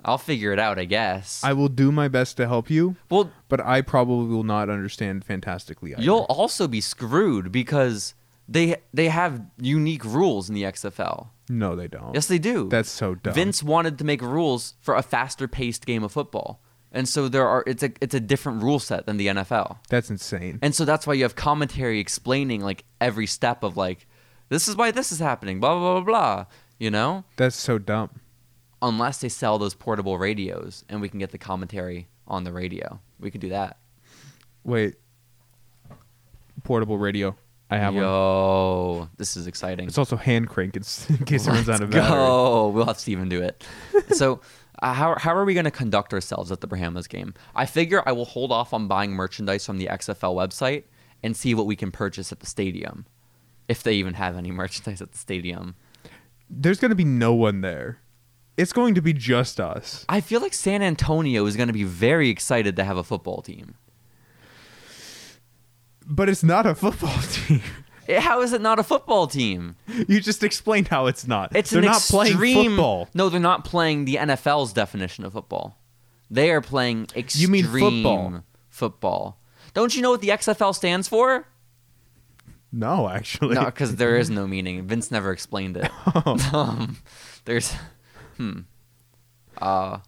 S1: I'll figure it out, I guess.
S2: I will do my best to help you,
S1: well,
S2: but I probably will not understand fantastically. Either.
S1: You'll also be screwed because they they have unique rules in the XFL.
S2: no, they don't.
S1: Yes, they do.
S2: That's so dumb.
S1: Vince wanted to make rules for a faster paced game of football, and so there are it's a it's a different rule set than the NFL,
S2: That's insane.
S1: and so that's why you have commentary explaining like every step of like this is why this is happening, blah blah blah blah. You know,
S2: That's so dumb.
S1: unless they sell those portable radios and we can get the commentary on the radio, we could do that.
S2: Wait. Portable radio. I have one.
S1: Yo, this is exciting.
S2: It's *laughs* also hand crank in, s- in case it runs out of battery.
S1: go. We'll have Steven do
S2: *laughs*
S1: it. so, uh, how, how are we going to conduct ourselves at the Brahmas game? I figure I will hold off on buying merchandise from the XFL website and see what we can purchase at the stadium, if they even have any *laughs* merchandise at the stadium.
S2: There's going to be no one there. It's going to be just us.
S1: I feel like San Antonio is going to be very excited to have a football team.
S2: But it's not a football *laughs* team.
S1: Eh, How is it not a football team?
S2: you just explained how it's not.
S1: It's
S2: They're
S1: an
S2: not
S1: extreme.
S2: playing football.
S1: No, they're not playing the NFL's definition of football. They are playing extreme
S2: You mean football.
S1: football. Don't you know what the XFL stands for?
S2: No, actually.
S1: No, because there is no meaning. Vince never explained it.
S2: Oh.
S1: *laughs* um, there's, hmm, uh,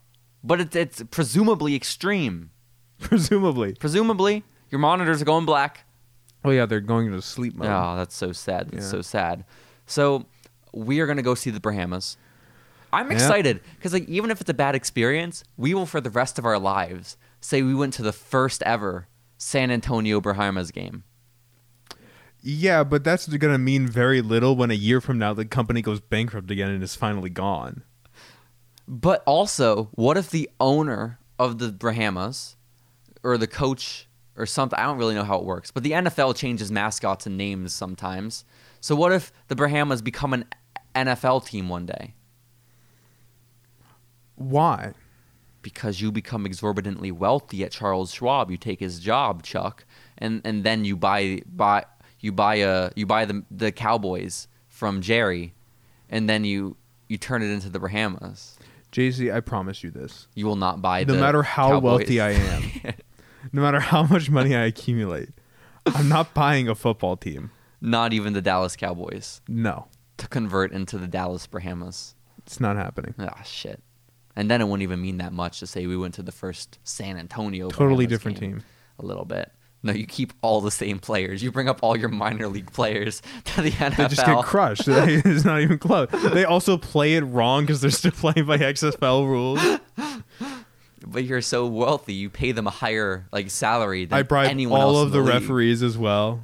S1: but it's it's presumably extreme.
S2: *laughs* Presumably.
S1: Presumably, your monitors are going black.
S2: Oh yeah, they're going to sleep mode.
S1: Oh, that's so sad. That's
S2: Yeah.
S1: so sad. So we are gonna go see the Brahmas. I'm
S2: Yeah.
S1: excited because like even if it's a bad experience, we will for the rest of our lives say we went to the first ever San Antonio Brahmas game.
S2: Yeah, but that's going to mean very little when a year from now the company goes bankrupt again and is finally gone.
S1: But also, what if the owner of the Brahmas or the coach or something, I don't really know how it works, but the NFL changes mascots and names sometimes. So what if the Brahmas become an NFL team one day?
S2: Why?
S1: Because you become exorbitantly wealthy at Charles Schwab, you take his job, Chuck, and, and then you buy buy you buy a you buy the the Cowboys from Jerry, and then you you turn it into the Brahmas.
S2: JC, I promise you this.
S1: You will not buy
S2: No
S1: the
S2: matter how
S1: Cowboys.
S2: wealthy I am, no matter how much money I accumulate, I'm not buying a football team.
S1: *laughs* not even the Dallas Cowboys
S2: No,
S1: to convert into the Dallas Brahmas.
S2: it's not happening.
S1: Ah, shit. And then it wouldn't even mean that much to say we went to the first San Antonio.
S2: Totally
S1: Brahmas
S2: different
S1: game.
S2: team.
S1: A little bit. No, you keep all the same players. You bring up all your minor league players *laughs* to the NFL.
S2: They just get crushed. *laughs* it's not even close. They also play it wrong because they're still *laughs* playing by XFL rules.
S1: but you're so wealthy, you pay them a higher like salary than
S2: I bribe
S1: anyone else
S2: all of
S1: in
S2: the,
S1: the, league. Mm.
S2: referees as well.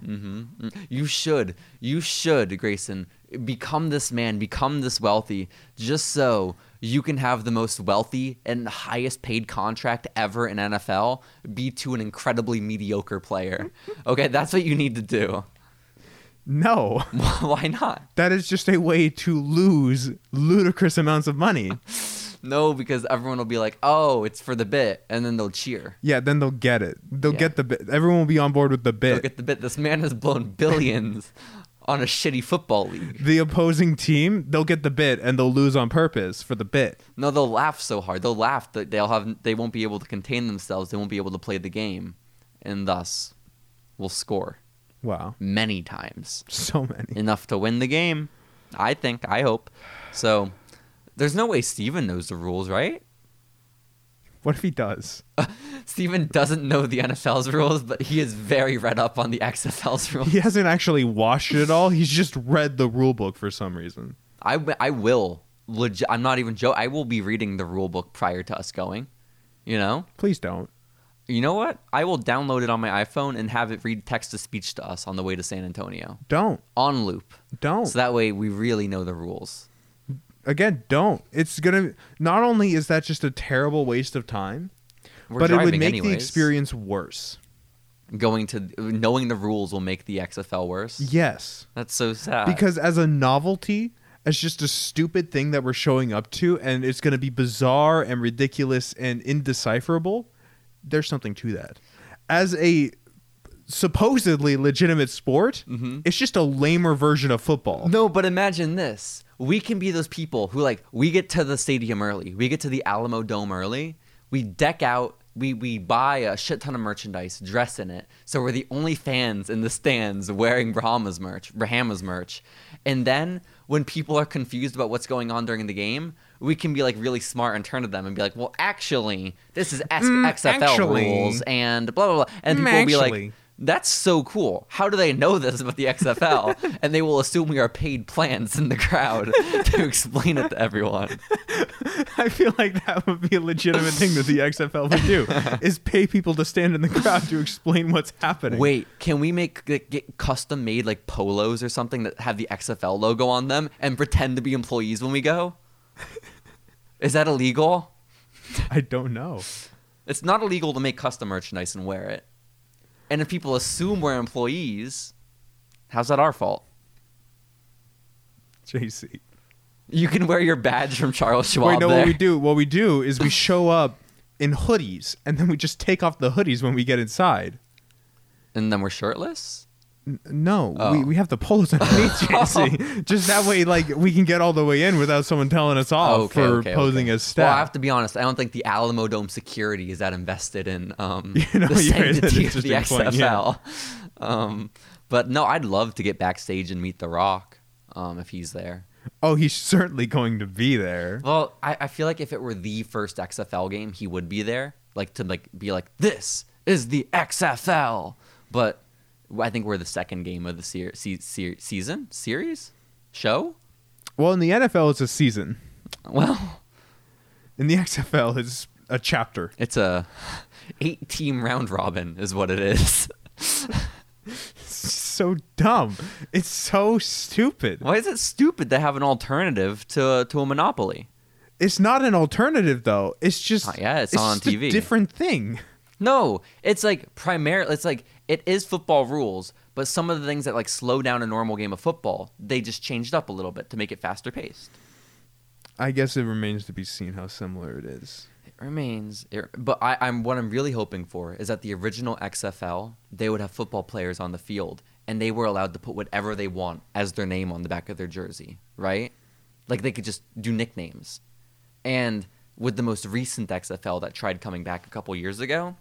S1: You should, you should, Grayson, become this man, become this wealthy, just so you can have the most wealthy and highest paid contract ever in NFL be to an incredibly mediocre player. Okay, that's what you need to do. *laughs*
S2: No, *laughs*
S1: Why not?
S2: that is just a way to lose ludicrous amounts
S1: *laughs*
S2: of money.
S1: No, because everyone will be like, "Oh, it's for the bit," and then they'll cheer.
S2: Yeah, then they'll get it. They'll
S1: Yeah.
S2: get the bit. Everyone will be on board with the
S1: They'll
S2: bit.
S1: get the bit. This man has blown billions on a shitty football league.
S2: the opposing team, they'll get the bit and they'll lose on purpose for the bit.
S1: No, they'll laugh so hard. They'll laugh that they'll have they won't be able to contain themselves. They won't be able to play the game, and thus will score
S2: Wow,
S1: many times
S2: so many.
S1: enough to win the game. I think. I hope. So there's no way Steven knows the rules, right?
S2: What if he does?
S1: Steven doesn't know the NFL's rules, but he is very read up on the *laughs* XFL's rules.
S2: He hasn't actually watched it all. He's just read the rule book for some reason.
S1: I, w- I will. Legit, I'm not even joking. I will be reading the rule book prior to us going. You know?
S2: Please don't.
S1: You know what? I will download it on my iPhone and have it read text to speech to us on the way to San Antonio
S2: Don't.
S1: on loop.
S2: Don't.
S1: So that way we really know the rules.
S2: Again, don't. It's going to not only is that just a terrible waste of time,
S1: We're
S2: but it would
S1: driving
S2: make the
S1: anyways.
S2: experience worse.
S1: going to knowing the rules will make the XFL worse.
S2: Yes.
S1: That's so sad.
S2: because as a novelty as just a stupid thing that we're showing up to and it's going to be bizarre and ridiculous and indecipherable there's something to that as a supposedly legitimate sport
S1: Mm-hmm.
S2: it's just a lamer version of football
S1: No, but imagine this. We can be those people who like we get to the stadium early. We get to the Alamo Dome early. We deck out. We we buy a shit ton of merchandise, dress in it. So we're the only fans in the stands wearing Brahma's merch, Brahma's merch. And then when people are confused about what's going on during the game, we can be like really smart and turn to them and be like, "Well, actually, this is S-
S2: Mm,
S1: XFL
S2: actually.
S1: rules and blah blah blah." And
S2: Mm,
S1: people will be like,
S2: actually.
S1: that's so cool. How do they know this about the
S2: *laughs*
S1: XFL? and they will assume we are paid plants in the crowd *laughs* to explain it to
S2: *laughs*
S1: everyone.
S2: i feel like that would be a legitimate thing that the xfl would
S1: *laughs*
S2: do is pay people to stand in the crowd to explain what's happening
S1: Wait, can we make get, get custom made like polos or something that have the XFL logo on them and pretend to be employees when we go? Is that illegal?
S2: i don't know
S1: It's not illegal to make custom merchandise and wear it. And if people assume we're employees, how's that our fault?
S2: jc
S1: You can wear your badge from Charles Schwab.
S2: Wait, no,
S1: there.
S2: what we do, what we do is we show up in hoodies, and then we just take off the hoodies when we get inside.
S1: and then we're shirtless?
S2: N- No,
S1: Oh.
S2: we, we have the polos underneath,
S1: *laughs*
S2: JC. Just that way, like we can get all the way in without someone telling us off
S1: okay,
S2: Oh, for
S1: okay,
S2: posing
S1: okay.
S2: as
S1: Well, I have
S2: staff.
S1: to be honest. I don't think the Alamo Dome security is that invested in um,
S2: *laughs* You know,
S1: the
S2: you're right, that's
S1: sanctity
S2: an
S1: of the
S2: interesting point, yeah.
S1: XFL. Um, but no, I'd love to get backstage and meet The Rock um, if he's there.
S2: oh, he's certainly going to be there.
S1: Well, I, I feel like if it were the first XFL game, he would be there, like to like be like, "This is the XFL." But I think we're the second game of the ser- se- se- season series show.
S2: Well, in the NFL, it's a season.
S1: Well,
S2: In the XFL, it's a chapter.
S1: it's a eight-team round robin, is what it is. *laughs*
S2: It's so dumb. It's so stupid.
S1: Why is it stupid to have an alternative to to a monopoly?
S2: It's not an alternative though. It's just
S1: Uh, yeah, it's on
S2: just a
S1: TV.
S2: different thing.
S1: No, it's like primarily it's like it is football rules, but some of the things that like slow down a normal game of football, they just changed up a little bit to make it faster paced.
S2: I guess it remains to be seen how similar it is.
S1: It remains, it, but I, I'm what I'm really hoping for is that the original XFL they would have football players on the field and they were allowed to put whatever they want as their name on the back of their jersey, right? Like they could just do nicknames. And with the most recent XFL that tried coming back a couple years ago,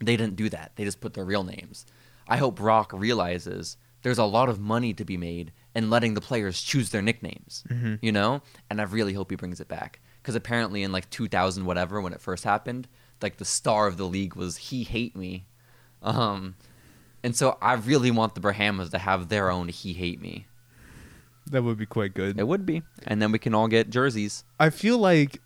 S1: they didn't do that. They just put their real names. I hope Rock realizes there's a lot of money to be made in letting the players choose their nicknames, you know? And I really hope he brings it back. Because apparently, in like 2000, whatever, when it first happened, like the star of the league was He Hate Me. Um, and so I really want the Brahmas to have their own He Hate Me.
S2: That would be quite good.
S1: It would be. And then we can all get jerseys.
S2: I feel like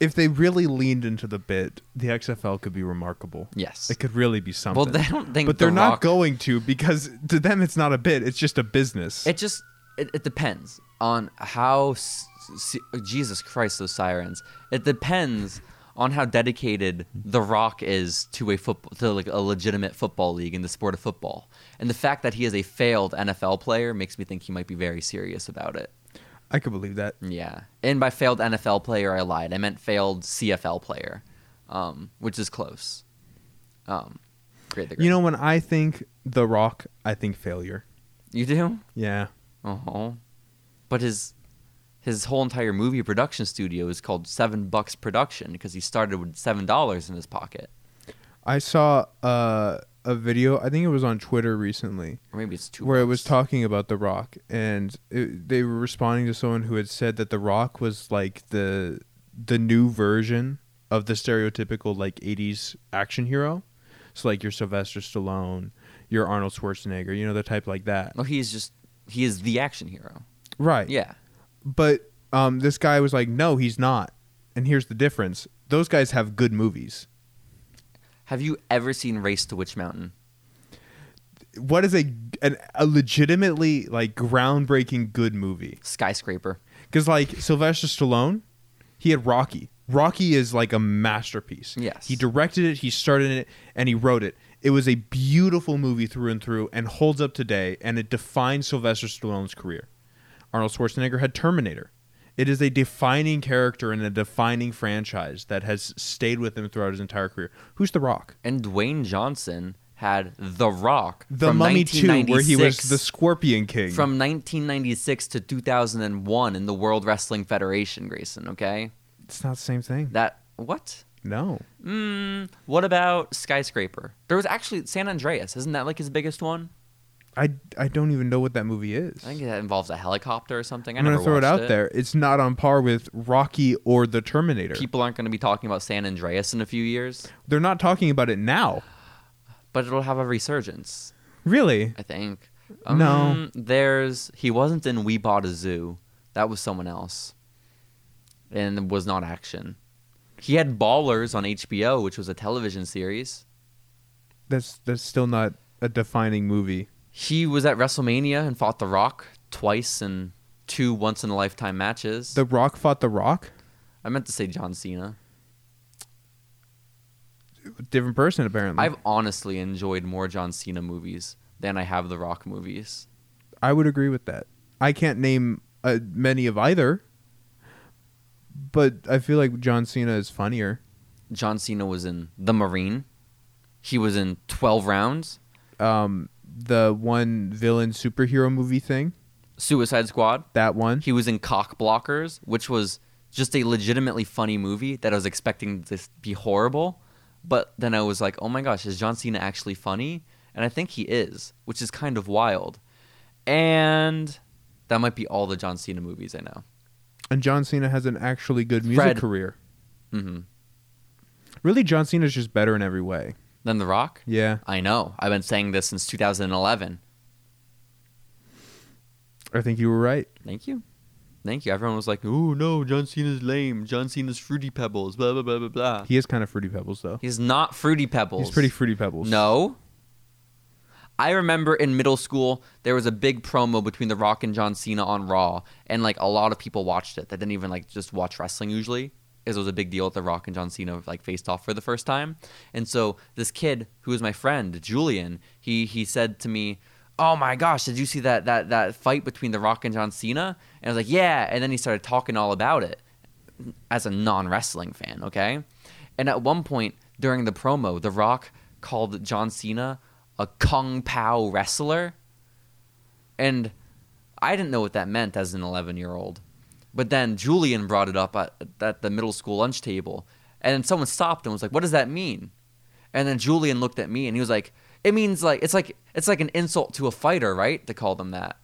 S2: if they really leaned into the bit, the XFL could be remarkable.
S1: Yes.
S2: It could really be something.
S1: Well, they don't think
S2: but they're
S1: The
S2: not
S1: Rock-
S2: going to because to them it's not a bit. It's just a business.
S1: It just it, it depends on how s- s- Jesus Christ those sirens. It depends on how dedicated The Rock is to a football to like a legitimate football league in the sport of football. And the fact that he is a failed NFL player makes me think he might be very serious about it.
S2: I could believe that.
S1: Yeah. And by failed NFL player, I lied. I meant failed CFL player, um, which is close. Um, great. the Great.
S2: You know, when I think The Rock, I think failure.
S1: you do.
S2: Yeah.
S1: Uh huh. But his his whole entire movie production studio is called Seven Bucks Production because he started with seven dollars in his pocket,
S2: I saw uh, a video. I think it was on Twitter recently.
S1: or maybe it's two.
S2: where it was
S1: bucks.
S2: talking about The Rock, and it, they were responding to someone who had said that The Rock was like the the new version of the stereotypical like '80s action hero. So like your Sylvester Stallone, your Arnold Schwarzenegger, you know the type like that,
S1: Well, he is just he is the action hero.
S2: right?
S1: Yeah.
S2: But um, this guy was like, no, he's not. And here's the difference: those guys have good movies.
S1: Have you ever seen Race to Witch Mountain?
S2: What is a an, a legitimately like groundbreaking good movie?
S1: Skyscraper.
S2: Because like Sylvester Stallone, he had Rocky. Rocky is like a masterpiece.
S1: Yes.
S2: He directed it, he started it, and he wrote it. It was a beautiful movie through and through and holds up today and it defines Sylvester Stallone's career. Arnold Schwarzenegger had Terminator. It is a defining character in a defining franchise that has stayed with him throughout his entire career. Who's The Rock?
S1: And Dwayne Johnson had The Rock.
S2: The
S1: from
S2: Mummy 2, where he was
S1: 1996
S2: the Scorpion King.
S1: from 1996 to 2001 in the World Wrestling Federation, Grayson. Okay,
S2: it's not the same thing.
S1: that what?
S2: No.
S1: Mm, what about skyscraper? There was actually San Andreas. Isn't that like his biggest one?
S2: I, I don't even know what that movie is.
S1: I think that involves a helicopter or something. I
S2: I'm gonna
S1: never
S2: throw it
S1: watched
S2: out there. It's not on par with Rocky or the Terminator.
S1: People aren't going to be talking about San Andreas in a few years,
S2: They're not talking about it now.
S1: but it'll have a resurgence,
S2: Really?
S1: I think. Um,
S2: No.
S1: There's he wasn't in We Bought a Zoo. That was someone else, and it was not action. He had Ballers on HBO, which was a television series.
S2: That's that's still not a defining movie.
S1: He was at WrestleMania and fought The Rock twice in two once in a lifetime matches.
S2: The Rock fought The Rock?
S1: I meant to say John Cena.
S2: Different person apparently.
S1: I've honestly enjoyed more John Cena movies than I have The Rock movies.
S2: I would agree with that. I can't name uh, many of either. But I feel like John Cena is funnier.
S1: John Cena was in The Marine. He was in 12 Rounds,
S2: Um the one villain superhero movie thing,
S1: Suicide Squad.
S2: that one.
S1: He was in Cock Blockers, which was just a legitimately funny movie that I was expecting to be horrible. But then I was like, oh my gosh, is John Cena actually funny? And I think he is, which is kind of wild. And that might be all the John Cena movies I know.
S2: And John Cena has an actually good music
S1: Fred.
S2: career.
S1: hmm
S2: Really John Cena's just better in every way.
S1: Then The Rock?
S2: Yeah.
S1: I know. I've been saying this since 2011.
S2: I think you were right.
S1: Thank you. Thank you. Everyone was like, oh no, John Cena's lame. John Cena's Fruity Pebbles, blah, blah, blah, blah, blah.
S2: He is kind of fruity pebbles though.
S1: He's not Fruity Pebbles.
S2: He's pretty fruity pebbles.
S1: No. I remember in middle school, there was a big promo between The Rock and John Cena on Raw, and like a lot of people watched it that didn't even like just watch wrestling usually. Because it was a big deal that The Rock and John Cena like faced off for the first time. And so this kid who was my friend, Julian, he he said to me, Oh my gosh, did you see that that that fight between The Rock and John Cena? And I was like, Yeah, and then he started talking all about it as a non wrestling fan, okay? And at one point during the promo, The Rock called John Cena a Kung Pao wrestler. And I didn't know what that meant as an 11 year old. But then Julian brought it up at, at the middle school lunch table. And then someone stopped and was like, What does that mean? And then Julian looked at me and he was like, It means like, it's like, it's like an insult to a fighter, right? To call them that.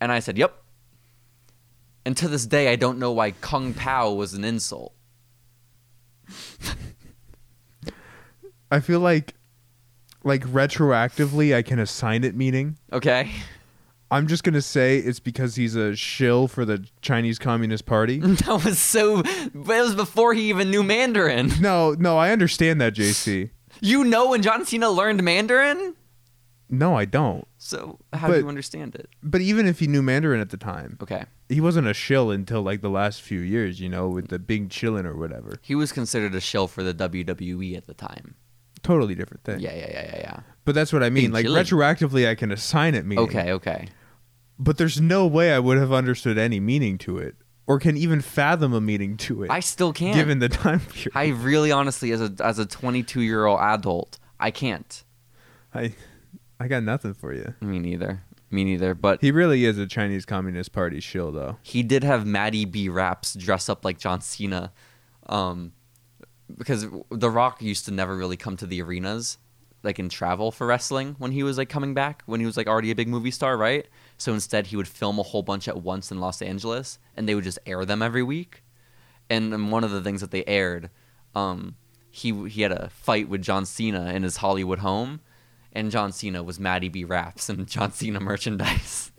S1: And I said, Yep. And to this day, I don't know why Kung Pao was an insult.
S2: I feel like like retroactively I can assign it meaning.
S1: Okay. *laughs*
S2: I'm just gonna say it's because he's a shill for the Chinese
S1: *laughs*
S2: Communist Party.
S1: That was so. But it was before he even knew Mandarin.
S2: no, no, I understand that, JC.
S1: You know when John Cena learned Mandarin?
S2: No, I don't.
S1: So how
S2: But-
S1: do you understand it?
S2: But even if he knew Mandarin at the time,
S1: Okay.
S2: he wasn't a shill until like the last few years, you know, with the big chillin' or whatever.
S1: He was considered a shill for the WWE at the time.
S2: Totally different thing.
S1: Yeah, yeah, yeah, yeah, yeah.
S2: But that's what I mean.
S1: Big
S2: Like
S1: chillin'.
S2: retroactively, I can assign it meaning.
S1: Okay, okay.
S2: But there's no way I would have understood any meaning to it, or can even fathom a meaning to it,
S1: I still can't.
S2: given the *laughs* time period.
S1: I really, honestly, as a as a 22 year old adult, I can't.
S2: I, I got nothing for you.
S1: Me neither. Me neither. But
S2: He really is a Chinese Communist Party shill, though. *laughs*
S1: he did have Maddie B raps dress up like John Cena, um, because The Rock used to never really come to the arenas, like in travel for wrestling when he was like coming back when he was like already a big movie star, right? So instead, he would film a whole bunch at once in Los Angeles, and they would just air them every week. And um, one of the things that they aired, um, he he had a fight with John Cena in his Hollywood home, and John Cena was Maddie B raps and *laughs* John Cena merchandise.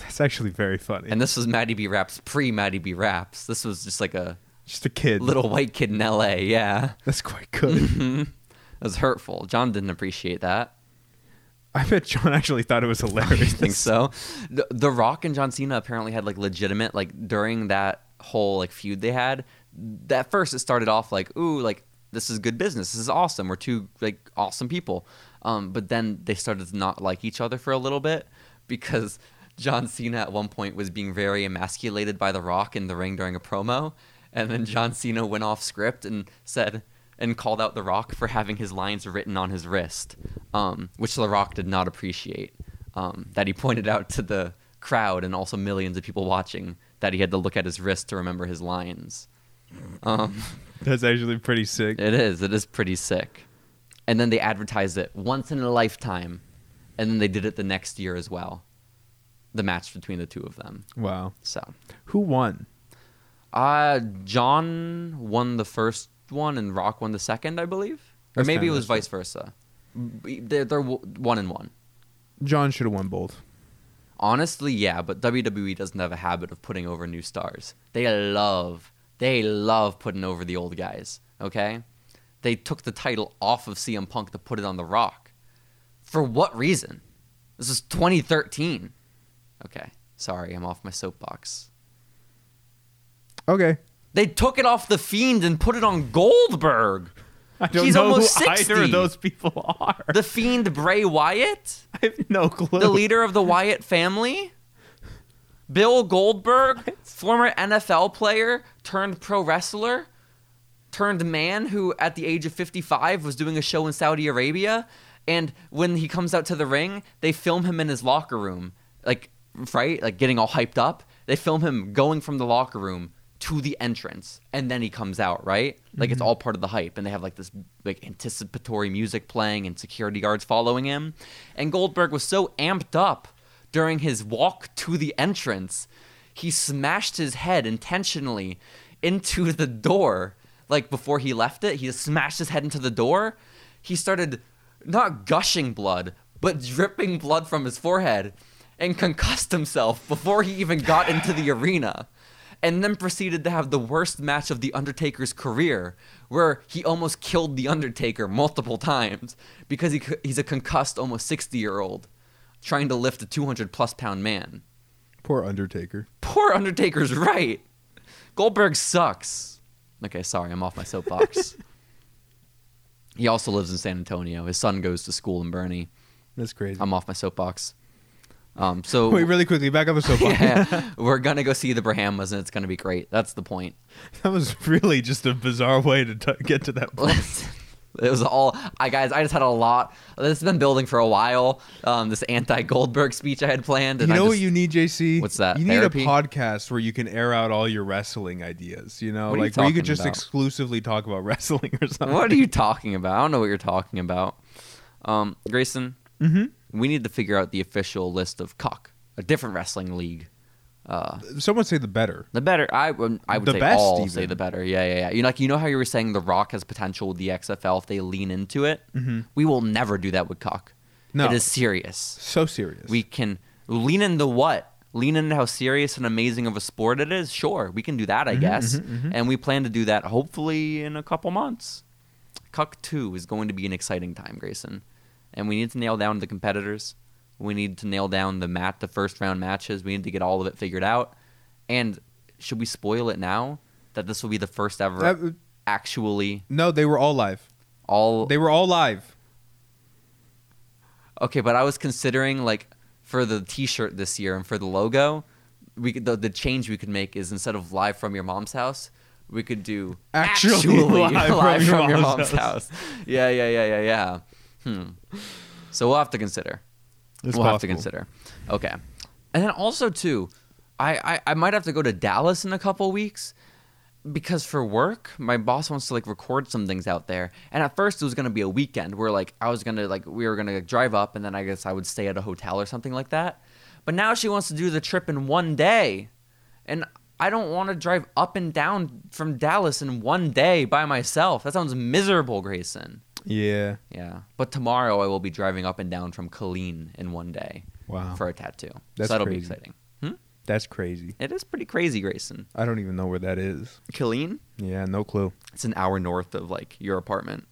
S2: That's actually very funny.
S1: And this was Maddie B Raps pre Maddie B Raps. This was just like a
S2: Just a kid.
S1: little white kid in LA. Yeah.
S2: *laughs* That's quite good.
S1: *laughs*
S2: *laughs*
S1: Mhm. It was hurtful. John didn't appreciate that.
S2: I bet John actually thought it was
S1: I *laughs*
S2: hilarious. *laughs*
S1: think so. The, the Rock and John Cena apparently had like legitimate like during that whole like feud they had. That first it started off like ooh like this is good business. This is awesome. We're two like awesome people. Um, but then they started to not like each other for a little bit because *laughs* John Cena at one point was being very emasculated by The Rock in the ring during a promo, and then John Cena went off script and said and called out The Rock for having his lines written on his wrist, um, which The Rock did not appreciate um, that he pointed out to the crowd and also millions of people watching that he had to look at his wrist to remember his lines. Um,
S2: That's actually pretty sick.
S1: it is. It is pretty sick. And then they advertised it once in a lifetime, and then they did it the next year as well. The match between the two of them.
S2: Wow.
S1: So,
S2: Who won?
S1: uh, John won the first one and Rock won the second, I believe, or
S2: That's
S1: maybe it was
S2: kinda
S1: vice versa. B- They're, they're w- one and one.
S2: John should have won both.
S1: Honestly, yeah, but WWE doesn't have a habit of putting over new stars. They love, they love putting over the old guys, okay? They took the title off of CM Punk to put it on The Rock. For what reason? This is 2013. Okay, sorry, I'm off my soapbox.
S2: Okay.
S1: They took it off The Fiend and put it on Goldberg.
S2: I don't
S1: He's
S2: know
S1: almost
S2: who
S1: 60.
S2: either of those people are. *laughs*
S1: The Fiend Bray Wyatt?
S2: I have no clue.
S1: the leader of the Wyatt family, Bill Goldberg, former NFL player turned pro wrestler, turned man who at the age of 55 was doing a show in Saudi Arabia. And when he comes out to the ring, they film him in his locker room, like, right? Like getting all hyped up. They film him going from the locker room to the entrance and then he comes out right like it's all part of the hype and they have like this like anticipatory music playing and security guards following him and goldberg was so amped up during his walk to the entrance he smashed his head intentionally into *laughs* the door like before he left it he just smashed his head into the door he started not gushing blood but dripping blood from his forehead and concussed himself before he even got into the arena and then proceeded to have the worst match of The Undertaker's career, where he almost killed The Undertaker multiple times because he, c- he's a concussed, almost 60 year old trying to lift a 200 plus pound man.
S2: Poor Undertaker.
S1: Poor Undertaker's right. Goldberg sucks. Okay, sorry, I'm off my
S2: *laughs*
S1: soapbox. he also lives in San Antonio. His son goes to school in Bernie.
S2: That's crazy.
S1: I'm off my soapbox. Um, so
S2: *laughs* Wait, really quickly, back up the soapbox.
S1: *laughs* yeah, we're gonna go see the Brahmas and it's gonna be great. That's the point.
S2: *laughs* That was really just a bizarre way to t- get to that
S1: *laughs*
S2: point.
S1: Listen, it was all I guys. I just had a lot. This has been building for a while. Um, this anti Goldberg speech I had planned.
S2: You
S1: And
S2: know
S1: I
S2: what
S1: just-
S2: you need, JC?
S1: What's that,
S2: You need
S1: therapy?
S2: a podcast where you can air out all your wrestling ideas. You know,
S1: What are you
S2: like where you
S1: talking
S2: could just
S1: about?
S2: exclusively talk about *laughs* wrestling or something.
S1: What are
S2: *laughs*
S1: you talking about? I don't know what you're talking about. Um, Grayson,
S2: Mhm.
S1: we need to figure out the official list of cock, a different wrestling league. Uh,
S2: Some would say the better.
S1: the better, I would- I would
S2: The
S1: say
S2: best
S1: all
S2: even.
S1: say the better. Yeah, yeah, yeah. You know, like you know how you were saying the Rock has potential with the XFL if they lean into it. Mm-hmm. We will never do that with Cock.
S2: No.
S1: it is serious.
S2: So serious.
S1: We can lean into what? Lean into how serious and amazing of a sport it is. Sure, we can do that, I guess. And we plan to do that hopefully in a couple months. Cuck 2 is going to be an exciting time, Grayson. And we need to nail down the competitors. We need to nail down the mat, the first round matches. We need to get all of it figured out. And should we spoil it now that this will be the first ever
S2: That-
S1: actually
S2: no, they were all live.
S1: all
S2: They were all live.
S1: Okay, but I was considering like for the T-shirt this year and for the logo, we could, the the change we could make is instead of live from your mom's house, we could do
S2: Actually live from your mom's house.
S1: Yeah, yeah, yeah, yeah, yeah. Hmm. So we'll have to consider.
S2: It's
S1: we'll have to
S2: possible.
S1: consider. Okay, and then also too, I, I I might have to go to Dallas in a couple weeks because for work, my boss wants to like record some things out there. And at first, it was gonna be a weekend where like I was gonna like we were gonna like, drive up, and then I guess I would stay at a hotel or something like that. But now she wants to do the trip in one day, and I don't want to drive up and down from Dallas in one day by myself. That sounds miserable, Grayson.
S2: Yeah.
S1: Yeah, but tomorrow I will be driving up and down from Colleen in one day
S2: Wow.
S1: for a tattoo.
S2: That's
S1: so that'll be
S2: crazy.
S1: exciting. Hmm?
S2: That's crazy.
S1: It is pretty crazy, Grayson.
S2: I don't even know where that is.
S1: Colleen?
S2: Yeah, no clue.
S1: It's an hour north of like your apartment.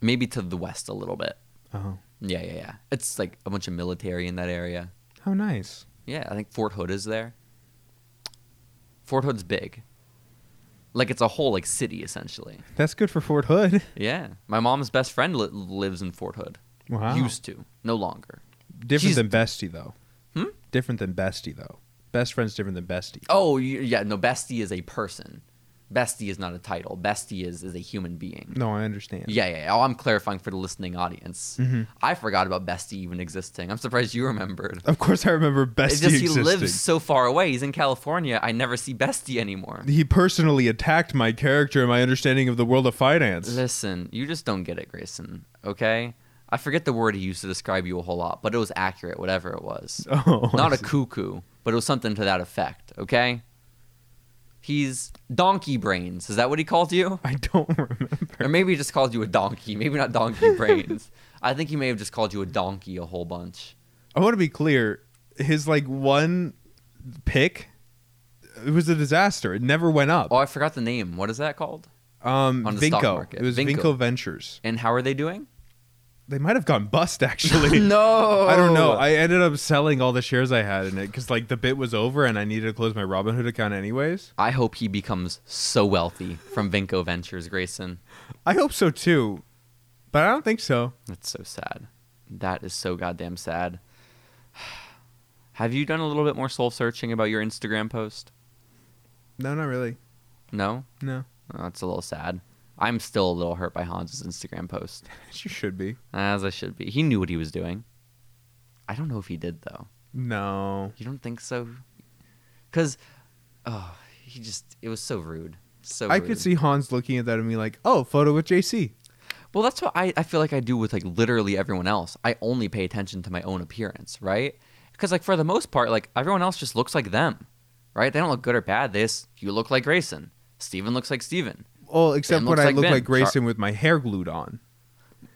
S1: Maybe to the west a little bit.
S2: Oh,
S1: Yeah, yeah, yeah. It's like a bunch of military in that area.
S2: how nice.
S1: Yeah, I think Fort Hood is there. Fort Hood's big. Like it's a whole like city essentially.
S2: That's good for Fort Hood. *laughs*
S1: Yeah. My mom's best friend li- lives in Fort Hood.
S2: Wow.
S1: Used to. No longer.
S2: different
S1: She's-
S2: than bestie though.
S1: Hmm?
S2: Different than bestie though. Best friend's different than bestie.
S1: Oh, y- yeah, no, bestie is a person. Bestie is not a title. Bestie is is a human being.
S2: No, I understand.
S1: Yeah, yeah. yeah. Oh, I'm clarifying for the listening audience.
S2: Mhm.
S1: I forgot about Bestie even existing. I'm surprised you remembered.
S2: Of course, I remember bestie
S1: It's just he
S2: existing.
S1: lives so far away. He's in California. I never see Bestie anymore.
S2: He personally attacked my character and my understanding of the world of finance.
S1: Listen, you just don't get it, Grayson. Okay? I forget the word he used to describe you a whole lot, but it was accurate, whatever it was.
S2: *laughs* oh, I
S1: Not a
S2: see.
S1: cuckoo, but it was something to that effect. Okay? He's donkey brains. Is that what he called you?
S2: I don't *laughs* remember.
S1: Or maybe he just called you a donkey. Maybe not donkey brains. I think he may have just called you a donkey a whole bunch.
S2: I want to be clear. His like one pick, it was a disaster. It never went up.
S1: Oh, I forgot the name. What is that called?
S2: Um,
S1: on the stock
S2: Vinco.
S1: market.
S2: It was
S1: Vinco.
S2: Vinco. Ventures.
S1: And how are they
S2: *laughs*
S1: doing?
S2: They might have gone
S1: *laughs*
S2: bust *laughs* actually.
S1: no,
S2: I don't know. I ended up selling all the shares I had in it because like the bit was over and I needed to close my Robinhood account anyways.
S1: I hope he becomes so wealthy from Vinco Ventures, Grayson.
S2: I hope so too, but I don't think so.
S1: That's so sad. That is so goddamn sad. *sighs* Have you done a little bit more soul searching about your Instagram post?
S2: No, not
S1: *laughs*
S2: really.
S1: No,
S2: No,
S1: oh, that's a little sad. I'm still a little hurt by Hans's Instagram post,
S2: you should be.
S1: as I should be. He knew what he was doing. I don't know if he did though.
S2: No,
S1: You don't think so? Because, oh, he just, it was so rude. So
S2: I
S1: rude.
S2: could see Hans looking at that and be like, "Oh, photo with JC."
S1: Well, that's what I, I feel like I do with like literally everyone else. I only pay attention to my own appearance, right? Because like for the most part, like everyone else just looks like them, right? They don't look good or bad. They just, you look like Grayson. Steven looks like Steven.
S2: Well, except
S1: Ben
S2: when
S1: looks
S2: I
S1: like
S2: look
S1: Ben.
S2: like Grayson with my hair glued on.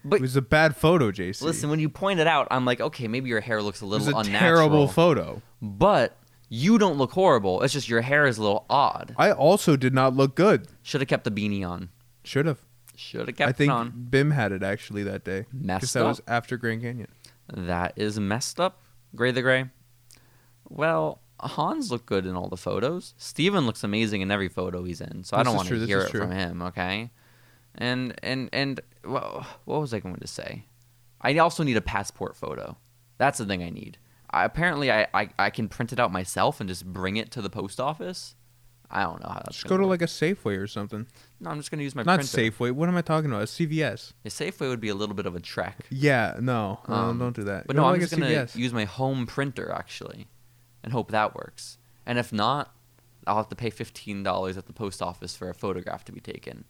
S1: But-
S2: it was a bad photo, JC.
S1: Listen, when you point it out, I'm like, okay, maybe your hair looks a
S2: it was
S1: little
S2: a
S1: unnatural.
S2: terrible photo.
S1: but you don't look horrible. It's just your hair is a little odd.
S2: I also did not look good.
S1: Should have kept the beanie on.
S2: Should have.
S1: Should have kept
S2: I think
S1: it on.
S2: Bim had it actually that day because
S1: Messed
S2: that
S1: up.
S2: was after Grand Canyon.
S1: That is messed up. Gray the Gray. Well, Hans looked good in all the photos. Steven looks amazing in every photo he's in, so I
S2: This
S1: don't
S2: is
S1: want
S2: true,
S1: to
S2: this
S1: hear
S2: is
S1: it
S2: true.
S1: from him, okay? And and and well, what was I going to say? I also need a passport photo. That's the thing I need. I, apparently, I, I I can print it out myself and just bring it to the post office. I don't know how that's
S2: Just go
S1: gonna
S2: to
S1: work.
S2: like a Safeway or something.
S1: No, I'm just gonna use my
S2: Not
S1: printer.
S2: Safeway. What am I talking about? A CVS.
S1: A Safeway would be a little bit of a trek.
S2: Yeah, no, no,
S1: Um,
S2: don't do that.
S1: But
S2: Go
S1: no,
S2: to,
S1: I'm
S2: like,
S1: just
S2: a
S1: gonna
S2: CVS.
S1: use my home printer actually, and hope that works. And if not, I'll have to pay fifteen dollars at the post office for a photograph to be taken.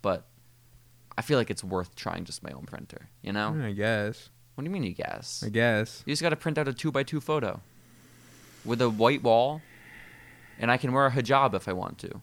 S1: But I feel like it's worth trying just my own printer. You know?
S2: Yeah, I guess.
S1: What do you mean you guess?
S2: I guess.
S1: You just got to print out a two by two photo. with a white wall, and I can wear a hijab if I want to.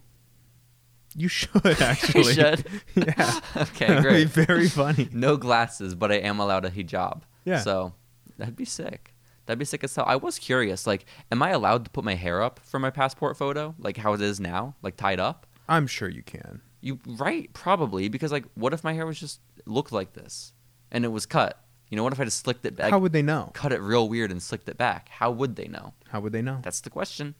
S1: *laughs*
S2: You should *laughs*
S1: I
S2: actually.
S1: should.
S2: *laughs* Yeah.
S1: *laughs* okay,
S2: That'd
S1: great.
S2: be *laughs* very
S1: *laughs*
S2: funny.
S1: no glasses, but I am allowed a hijab.
S2: Yeah.
S1: So that'd be sick. That'd be sick as hell. I was curious, like, am I allowed to put my hair up for my passport photo, like how it is now, like tied up?
S2: I'm sure you can.
S1: You right? Probably because like, what if my hair was just looked like this and it was cut? You know, what if I just slicked it back,
S2: How would they know?
S1: cut it real weird and slicked it back? How would they know?
S2: How would they know?
S1: That's the question.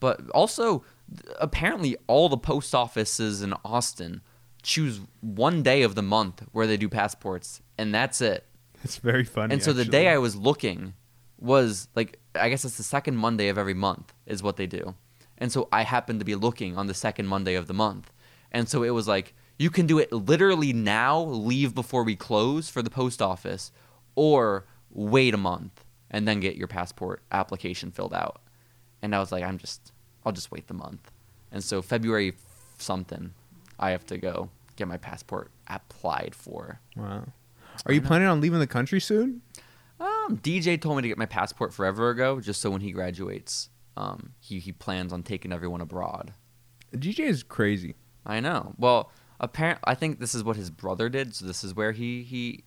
S1: But also, th- apparently, all the post offices in Austin choose one day of the month where they do passports, and that's it.
S2: It's very funny.
S1: And so the day I was looking was like I guess it's the second Monday of every month is what they do. And so I happened to be looking on the second Monday of the month. And so it was like you can do it literally now, leave before we close for the post office or wait a month and then get your passport application filled out. And I was like I'm just I'll just wait the month. And so February something I have to go get my passport applied for.
S2: Wow. Are you planning on leaving the country soon?
S1: Um, DJ told me to get my passport forever ago, just so when he graduates, um, he, he plans on taking everyone abroad.
S2: DJ is crazy.
S1: I know. Well, apparent. I think this is what his brother did, so this is where he he.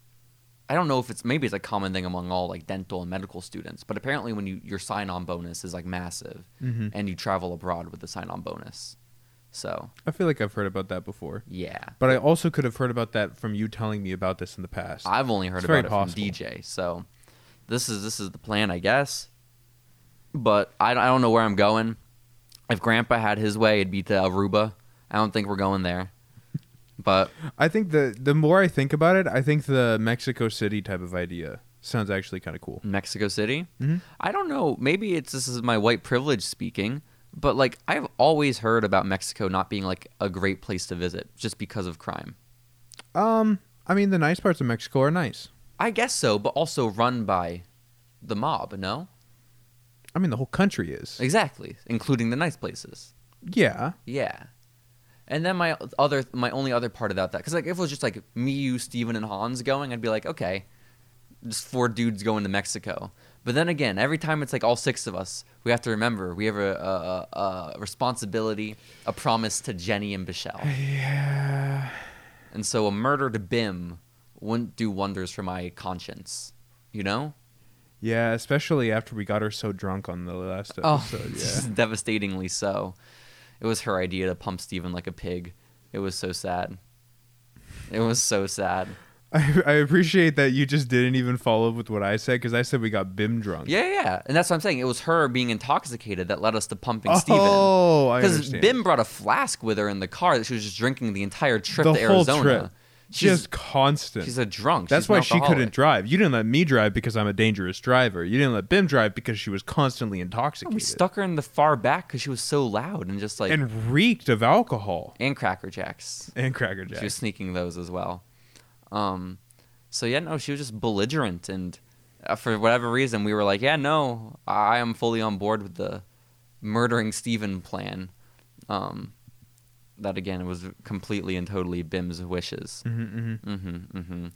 S1: I don't know if it's maybe it's a common thing among all like dental and medical students, but apparently when you your sign on bonus is like massive,
S2: Mhm.
S1: and you travel abroad with the sign on bonus, so
S2: I feel like I've heard about that before.
S1: yeah.
S2: But I also could have heard about that from you telling me about this in the past.
S1: I've only heard
S2: It's
S1: about
S2: very
S1: it
S2: possible.
S1: from DJ. So this is this is the plan, I guess. But I, don't- I don't know where I'm going. If Grandpa had his way, it'd be to Aruba. I don't think we're going there. But
S2: I think the the more I think about it, I think the Mexico City type of idea sounds actually kind of cool.
S1: Mexico City,
S2: Mhm.
S1: I don't know. Maybe it's this is my white privilege speaking. But like I've always heard about Mexico not being like a great place to visit just because of crime.
S2: Um, I mean, the nice parts of Mexico are nice.
S1: I guess so, but also run by the mob. No,
S2: I mean, the whole country is.
S1: exactly, including the nice places.
S2: Yeah,
S1: Yeah. And then my other, my only other part about that, because like if it was just like me, you, Steven, and Hans going, I'd be like, okay, just four dudes going to Mexico. But then again, every time it's like all six of us, we have to remember we have a, a, a, a responsibility, a promise to Jenny and Bichelle,
S2: yeah.
S1: and so a murder to Bim wouldn't do wonders for my conscience, you know?
S2: Yeah, especially after we got her so drunk on the last
S1: Oh, *laughs*
S2: episode.
S1: just devastatingly so. It was her idea to pump Steven like a pig. It was so sad. It was so sad.
S2: Yeah, *laughs* I, I appreciate that you just didn't even follow up with what I said because I said we got bim drunk.
S1: Yeah, yeah. And that's what I'm saying. It was her being intoxicated that led us to pumping Steven.
S2: Oh, I
S1: Because
S2: understand.
S1: Bim brought a flask with her in the car that she was just drinking the entire trip
S2: the
S1: to
S2: whole
S1: Arizona.
S2: trip,
S1: She's,
S2: just constant.
S1: she's a drunk.
S2: That's
S1: She's an
S2: why she
S1: alcoholic.
S2: couldn't drive. You didn't let me drive because I'm a dangerous driver. You didn't let Bim drive because she was constantly intoxicated
S1: Oh, We stuck her in the far back because she was so loud and just like. And,
S2: and reeked of alcohol
S1: Cracker Jacks.
S2: and Cracker
S1: She
S2: Jack.
S1: was sneaking those as well. Um, so, yeah, no, she was just belligerent. And uh, for whatever reason, we were like, yeah, no, I am fully on board with the murdering Steven plan. Um, that, again, was completely and totally Bim's wishes.
S2: Mm-hmm,
S1: Mm-hmm, mm-hmm.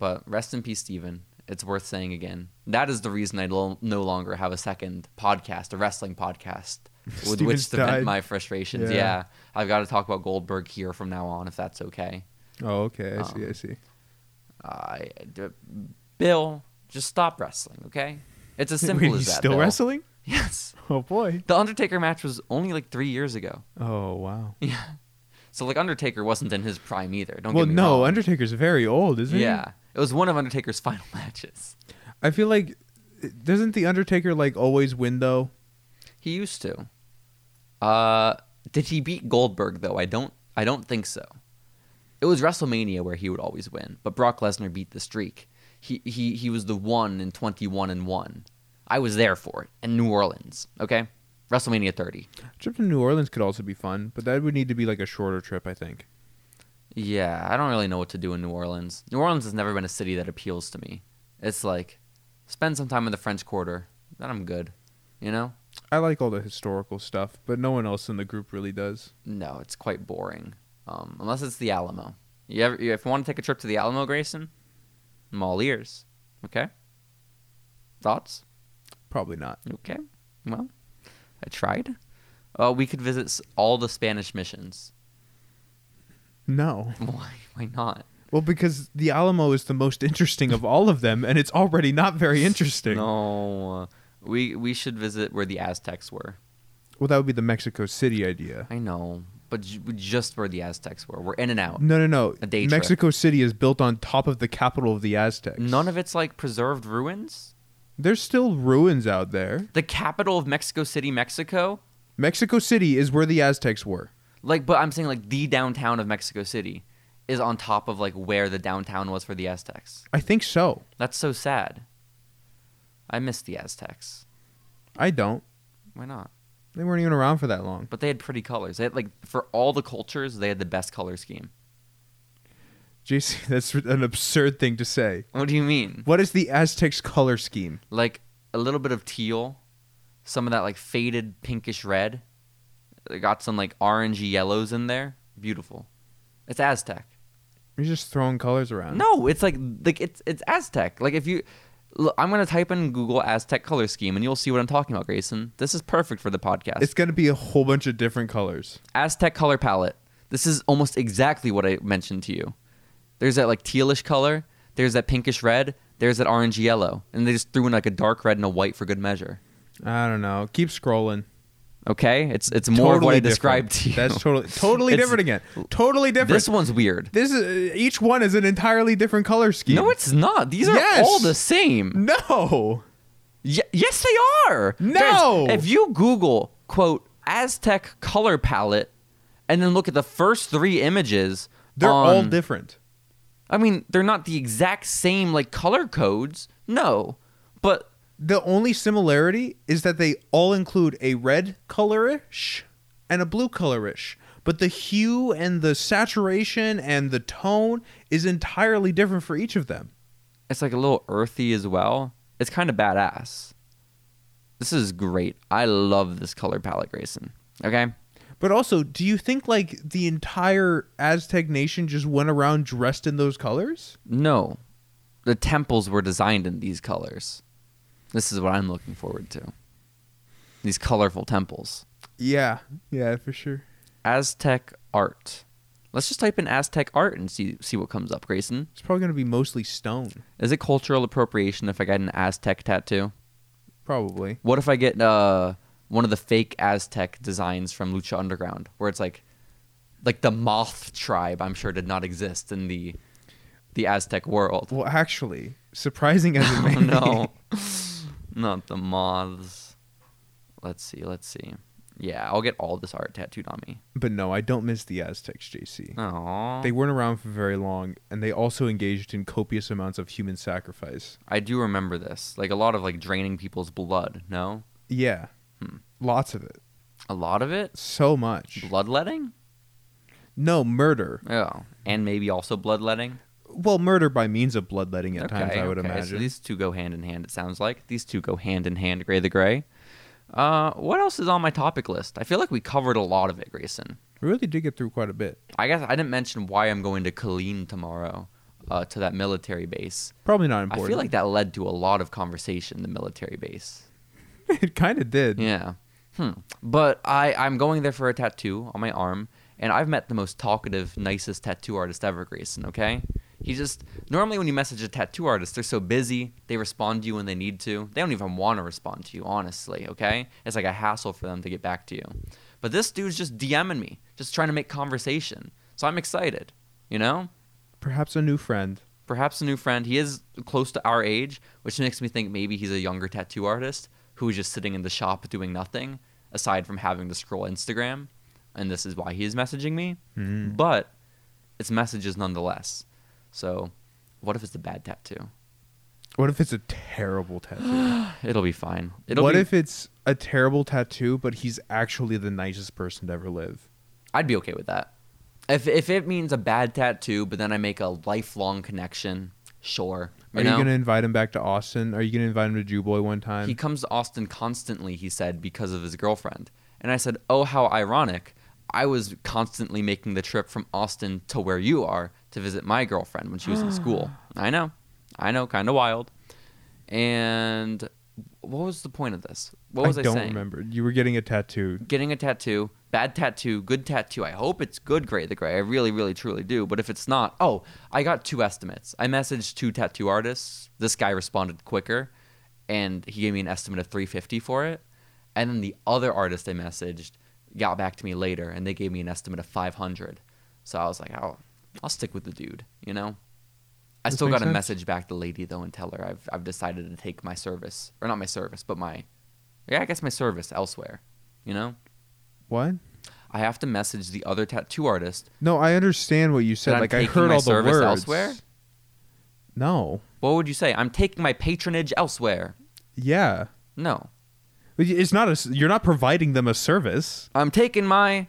S1: But rest in peace, Steven. It's worth saying again. That is the reason I lo- no longer have a second podcast, a wrestling podcast, with which
S2: Steven's
S1: to vent
S2: died.
S1: my frustrations.
S2: Yeah.
S1: Yeah. I've got to talk about Goldberg here from now on, if that's okay.
S2: Oh, okay. I see.
S1: Um,
S2: I see.
S1: Uh, d- Bill, just stop wrestling, okay? It's as simple
S2: *laughs* Wait,
S1: as
S2: he's
S1: that.
S2: still
S1: Bill.
S2: wrestling?
S1: *laughs* Yes.
S2: Oh boy.
S1: The Undertaker match was only like three years ago.
S2: Oh wow.
S1: Yeah. So like Undertaker wasn't in his prime either. Don't
S2: well,
S1: get me
S2: no,
S1: wrong.
S2: Undertaker's very old, isn't he?
S1: yeah, it was one of Undertaker's *laughs* final matches.
S2: I feel like doesn't the Undertaker like always win though?
S1: He used to. Uh, did he beat Goldberg though? I don't. I don't think so. It was WrestleMania where he would always win, but Brock Lesnar beat the streak. He he he was the one in twenty one and one. I was there for it in New Orleans. Okay, WrestleMania thirty.
S2: Trip to New Orleans could also be fun, but that would need to be like a shorter trip, I think.
S1: Yeah, I don't really know what to do in New Orleans. New Orleans has never been a city that appeals to me. It's like spend some time in the French Quarter, then I'm good. You know?
S2: I like all the historical stuff, but no one else in the group really does.
S1: No, it's quite boring. Um, unless it's the Alamo. You ever, you- if you want to take a trip to the Alamo, Grayson, I'm all ears. Okay. Thoughts?
S2: Probably not.
S1: Okay. Well, I tried. Uh, we could visit s- all the Spanish missions. *laughs*
S2: No.
S1: Why? Why not?
S2: Well, because the Alamo is the most interesting of all of them, and it's already not *laughs* very interesting.
S1: No, we we should visit where the Aztecs were.
S2: Well, that would be the Mexico City idea.
S1: I know, but j- just where the Aztecs were. We're in and out.
S2: No, no, no.
S1: A day trip.
S2: Mexico City is built on top of the capital of the Aztecs.
S1: None of it's like preserved ruins.
S2: There's still ruins out there.
S1: The capital of Mexico City, Mexico.
S2: Mexico City is where the Aztecs were.
S1: Like, but I'm saying like the downtown of Mexico City is on top of like where the downtown was for the Aztecs.
S2: I think so.
S1: That's so sad. I miss the Aztecs.
S2: I don't.
S1: Why not?
S2: They weren't even around for that long.
S1: But they had pretty colors. They had like for all the cultures, they had the best color scheme.
S2: JC, *laughs* that's an absurd thing to say.
S1: What do you mean?
S2: What is the Aztecs color scheme?
S1: Like a little bit of teal, some of that like faded pinkish red. They got some like orangey yellows in there. Beautiful. It's Aztec.
S2: You're just throwing colors around.
S1: No, it's like like it's it's Aztec. Like if you look, I'm gonna type in Google Aztec color scheme and you'll see what I'm talking about, Grayson. This is perfect for the podcast.
S2: It's going to be a whole bunch of different colors.
S1: Aztec color palette. This is almost exactly what I mentioned to you. There's that like tealish color. There's that pinkish red. There's that orange yellow, and they just threw in like a dark red and a white for good measure.
S2: I don't know. Keep scrolling.
S1: Okay, it's it's more of what I
S2: different.
S1: described to you. *laughs*
S2: That's totally totally
S1: It's-
S2: different again. Totally different.
S1: This one's weird.
S2: This is each one is an entirely different color scheme.
S1: No, it's not. These are
S2: Yes.
S1: all the same.
S2: no.
S1: Y- yes, they are.
S2: No!
S1: Guys, if you Google quote Aztec color palette, and then look at the first three images,
S2: They're all
S1: on-
S2: different.
S1: I mean, they're not the exact same like color codes. No, but
S2: The only similarity is that they all include a red colorish and a blue colorish, but the hue and the saturation and the tone is entirely different for each of them.
S1: it's like a little earthy as well. It's kind of badass. This is great. I love this color palette, Grayson. Okay.
S2: But also, do you think like the entire Aztec nation just went around dressed in those colors?
S1: No, the temples were designed in these colors. This is what I'm looking forward to. These colorful temples.
S2: Yeah, yeah, for sure.
S1: Aztec art. Let's just type in Aztec art and see see what comes up, Grayson.
S2: It's probably gonna be mostly stone,
S1: Is it cultural appropriation if I get an Aztec tattoo?
S2: probably.
S1: What if I get uh one of the fake Aztec designs from Lucha Underground, where it's like like the moth tribe? I'm sure did not exist in the the Aztec world. *laughs*
S2: *laughs* Well, actually, surprising *laughs* as it may
S1: Oh
S2: be,
S1: no, not the moths. Let's see. Let's see. Yeah, I'll get all this art tattooed on me.
S2: but no, I don't miss the Aztecs, JC.
S1: Oh,
S2: They weren't around for very long, and they also engaged in copious amounts of human sacrifice.
S1: I do remember this. Like a lot of like draining people's blood. No,
S2: Yeah,
S1: Hmm.
S2: lots of it,
S1: a lot of it.
S2: so much.
S1: Bloodletting.
S2: No murder.
S1: Oh, and maybe also bloodletting.
S2: Well, murder by means of bloodletting at times, I would
S1: okay.
S2: imagine.
S1: So these two go hand in hand. It sounds like these two go hand in hand. Gray the gray. Uh, what else is on my topic list? I feel like we covered a lot of it, Grayson.
S2: we really did get through quite a bit.
S1: I guess I didn't mention why I'm going to Killeen tomorrow, uh, to that military base.
S2: Probably not important.
S1: I feel like that led to a lot of conversation. The military base.
S2: *laughs* it kind of did.
S1: Yeah. Hmm. But I I'm going there for a tattoo on my arm, and I've met the most talkative, nicest tattoo artist ever, Grayson. Okay. He just normally when you message a tattoo artist, they're so busy they respond to you when they need to. They don't even want to respond to you, honestly. Okay. It's like a hassle for them to get back to you. But this dude's just DMing me, just trying to make conversation. So I'm excited. You know.
S2: Perhaps a new friend.
S1: perhaps a new friend. He is close to our age, which makes me think maybe he's a younger tattoo artist who is just sitting in the shop doing nothing aside from having to scroll Instagram. And this is why he is messaging me.
S2: Hmm.
S1: But it's messages nonetheless. So what if it's a bad tattoo?
S2: What if it's a terrible tattoo?
S1: It'll be fine. *gasps* It'll
S2: what
S1: be,
S2: if it's a terrible tattoo, but he's actually the nicest person to ever live?
S1: I'd be okay with that. If if it means a bad tattoo, but then I make a lifelong connection, sure. You
S2: Are you,
S1: know?
S2: gonna invite him back to Austin? Are you gonna invite him to Jew Boy one time?
S1: He comes to Austin constantly, he said, because of his girlfriend. And I said, Oh, how ironic. I was constantly making the trip from Austin to where you are to visit my girlfriend
S2: Ah.
S1: when she was in school. I know. I know. Kind of wild. And what was the point of this? What was I,
S2: I don't
S1: saying?
S2: remember. You were getting a tattoo.
S1: Getting a tattoo, bad tattoo, good tattoo. I hope it's good, Gray the Gray. I really, really, truly do. But if it's not, oh, I got two estimates. I messaged two tattoo artists. This guy responded quicker, and he gave me an estimate of 350 for it. And then the other artist I messaged got back to me later, and they gave me an estimate of 500. So I was like, oh, I'll stick with the dude, you know. I
S2: This
S1: still
S2: makes
S1: got to
S2: sense.
S1: message back the lady though and tell her I've I've decided to take my service or not my service, but my yeah, I guess my service elsewhere. You know,
S2: What?
S1: I have to message the other tattoo artist.
S2: No, I understand what you
S1: That
S2: said.
S1: I'm
S2: Like I
S1: taking
S2: heard
S1: my
S2: all the
S1: service
S2: words.
S1: elsewhere?
S2: No.
S1: What would you say? I'm taking my patronage elsewhere.
S2: Yeah.
S1: No,
S2: But y- It's not a. s- You're not providing them a service.
S1: I'm taking my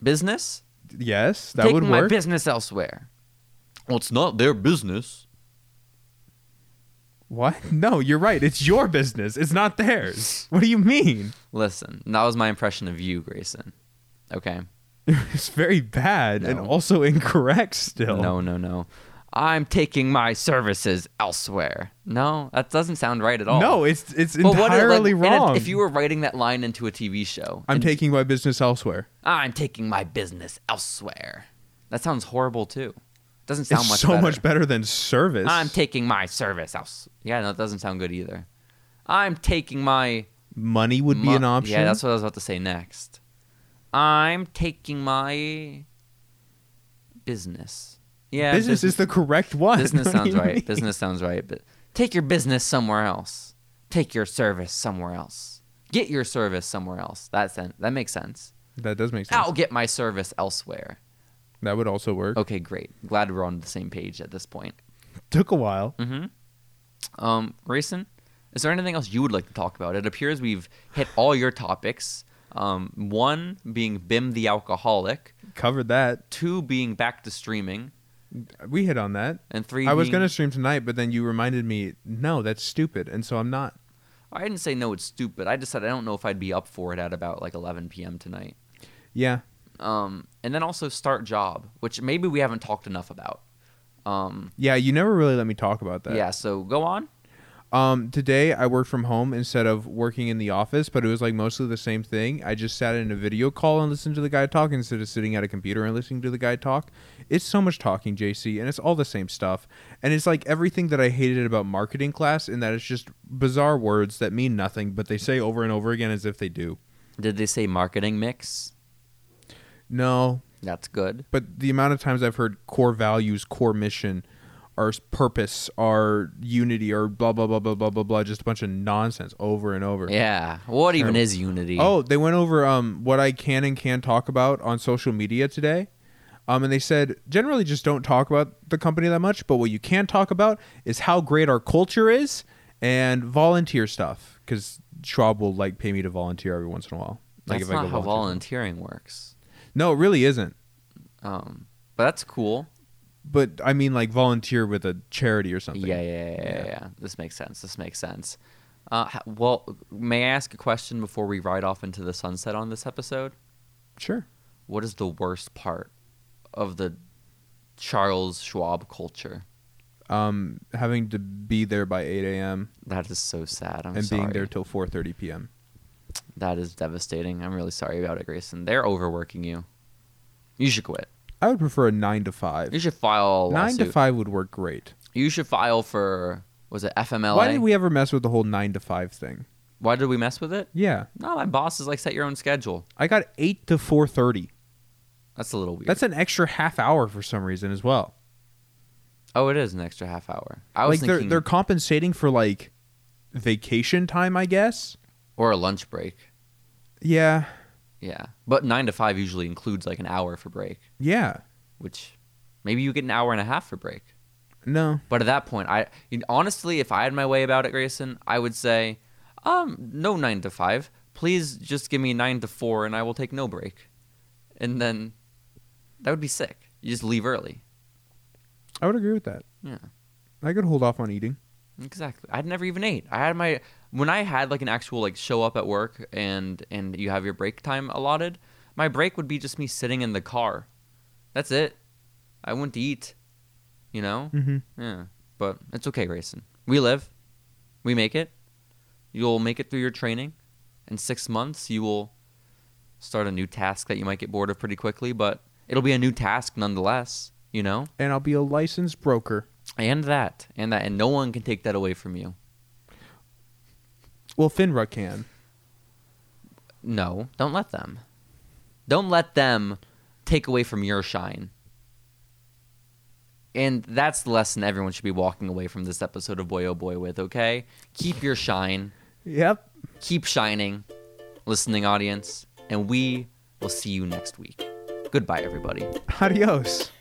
S1: business.
S2: Yes, that
S1: taking
S2: would
S1: my
S2: work.
S1: business elsewhere. Well, it's not their business.
S2: what? No, you're right. It's your business. It's not theirs. What do you mean? *laughs*
S1: Listen, that was my impression of you, Grayson. Okay.
S2: It's very bad and
S1: No.
S2: also *laughs* incorrect. Still.
S1: No, no, no. I'm taking my services elsewhere. No, that doesn't sound right at all.
S2: No, it's it's
S1: But what if, like,
S2: entirely
S1: in a-
S2: wrong.
S1: if you were writing that line into a TV show,
S2: I'm
S1: and-
S2: taking my business elsewhere.
S1: I'm taking my business elsewhere. That sounds horrible too. Doesn't sound
S2: it's
S1: much
S2: so
S1: better.
S2: much better than service.
S1: I'm taking my service else. Yeah, no, it doesn't sound good either. I'm taking my
S2: Money would be
S1: Mu-
S2: an option.
S1: Yeah, that's what I was about to say next. I'm taking my business. Yeah,
S2: business is the correct one.
S1: business
S2: *laughs* What do
S1: sounds
S2: you
S1: right.
S2: mean?
S1: Business sounds right. But take your business somewhere else. Take your service somewhere else. Get your service somewhere else. That sen- that makes sense.
S2: That does make sense.
S1: I'll get my service elsewhere.
S2: That would also work.
S1: Okay, great. Glad we're on the same page at this point.
S2: Took a while.
S1: Mm-hmm. Um, Grayson, is there anything else you would like to talk about? It appears we've hit all your topics. Um, one being Bim the alcoholic,
S2: Covered that.
S1: two being back to streaming,
S2: We hit on that.
S1: and three.
S2: I was
S1: being-
S2: gonna stream tonight, but then you reminded me, no, that's stupid, and so I'm not.
S1: I didn't say no. It's stupid. I just said I don't know if I'd be up for it at about like 11 p.m. tonight.
S2: Yeah,
S1: Um, and then also start job, which maybe we haven't talked enough about. Um,
S2: yeah. You never really let me talk about that.
S1: yeah. So go on.
S2: Um, today I worked from home instead of working in the office, but it was like mostly the same thing. I just sat in a video call and listened to the guy talk instead of sitting at a computer and listening to the guy talk. It's so much talking, JC, and it's all the same stuff. And it's like everything that I hated about marketing class in that it's just bizarre words that mean nothing, but they say over and over again as if they do.
S1: Did they say marketing mix?
S2: No,
S1: That's good.
S2: but the amount of times I've heard core values, core mission, our s- purpose, our unity, or blah blah blah blah blah blah blah, just a bunch of nonsense over and over.
S1: Yeah. What even
S2: Terrible.
S1: is unity?
S2: Oh, they went over um what I can and can't talk about on social media today. Um, and they said generally just don't talk about the company that much, but what you can talk about is how great our culture is and volunteer stuff. Because Schwab will like pay me to volunteer every once in a while. Like
S1: That's
S2: if I
S1: not
S2: go
S1: how
S2: volunteer.
S1: volunteering works.
S2: No, it really isn't.
S1: Um, but that's cool.
S2: But I mean, like volunteer with a charity or something.
S1: Yeah, yeah, yeah, yeah,
S2: Yeah.
S1: yeah. This makes sense. This makes sense. Uh, h- well, may I ask a question before we ride off into the sunset on this episode?
S2: Sure.
S1: What is the worst part of the Charles Schwab culture?
S2: um, having to be there by 8 a.m.
S1: That is so sad. I'm
S2: and
S1: sorry.
S2: being there till 4:30 p.m.
S1: that is devastating. I'm really sorry about it, Grayson. They're overworking you. You should quit.
S2: I would prefer a nine to
S1: You
S2: five.
S1: should file a
S2: Nine
S1: lawsuit.
S2: to five would work great.
S1: You should file for was it FMLA?
S2: Why did we ever mess with the whole nine to five thing?
S1: Why did we mess with it?
S2: Yeah,
S1: No, my boss is like set your own schedule.
S2: I got eight to 4:30.
S1: That's a little weird.
S2: That's an extra half hour for some reason as well.
S1: Oh, it is an extra half hour. I was
S2: like
S1: thinking,
S2: they're they're compensating for like vacation time, I guess.
S1: or a lunch break.
S2: Yeah,
S1: Yeah, but nine to five usually includes like an hour for break,
S2: yeah.
S1: which maybe you get an hour and a half for break.
S2: No,
S1: But at that point, I you know, honestly, if I had my way about it, Grayson, I would say, um, no nine to five. Please just give me nine to four, and I will take no break. And then that would be sick. You just leave early.
S2: I would agree with that.
S1: Yeah.
S2: I could hold off on eating.
S1: Exactly. I'd never even ate. I had my when I had like an actual like show up at work and and you have your break time allotted. My break would be just me sitting in the car. That's it. I wouldn't eat. You know.
S2: Mm-hmm.
S1: Yeah. But it's okay, Grayson. We live. We make it. You'll make it through your training. In six months, you will start a new task that you might get bored of pretty quickly, but it'll be a new task nonetheless, you know?
S2: and I'll be a licensed broker.
S1: And that, and that, and no one can take that away from you.
S2: Well, Finra can.
S1: No, don't let them. Don't let them take away from your shine. And that's the lesson everyone should be walking away from this episode of Boy Oh Boy with, okay? Keep your shine.
S2: Yep.
S1: Keep shining, listening audience. And we will see you next week. Goodbye, everybody.
S2: Adios.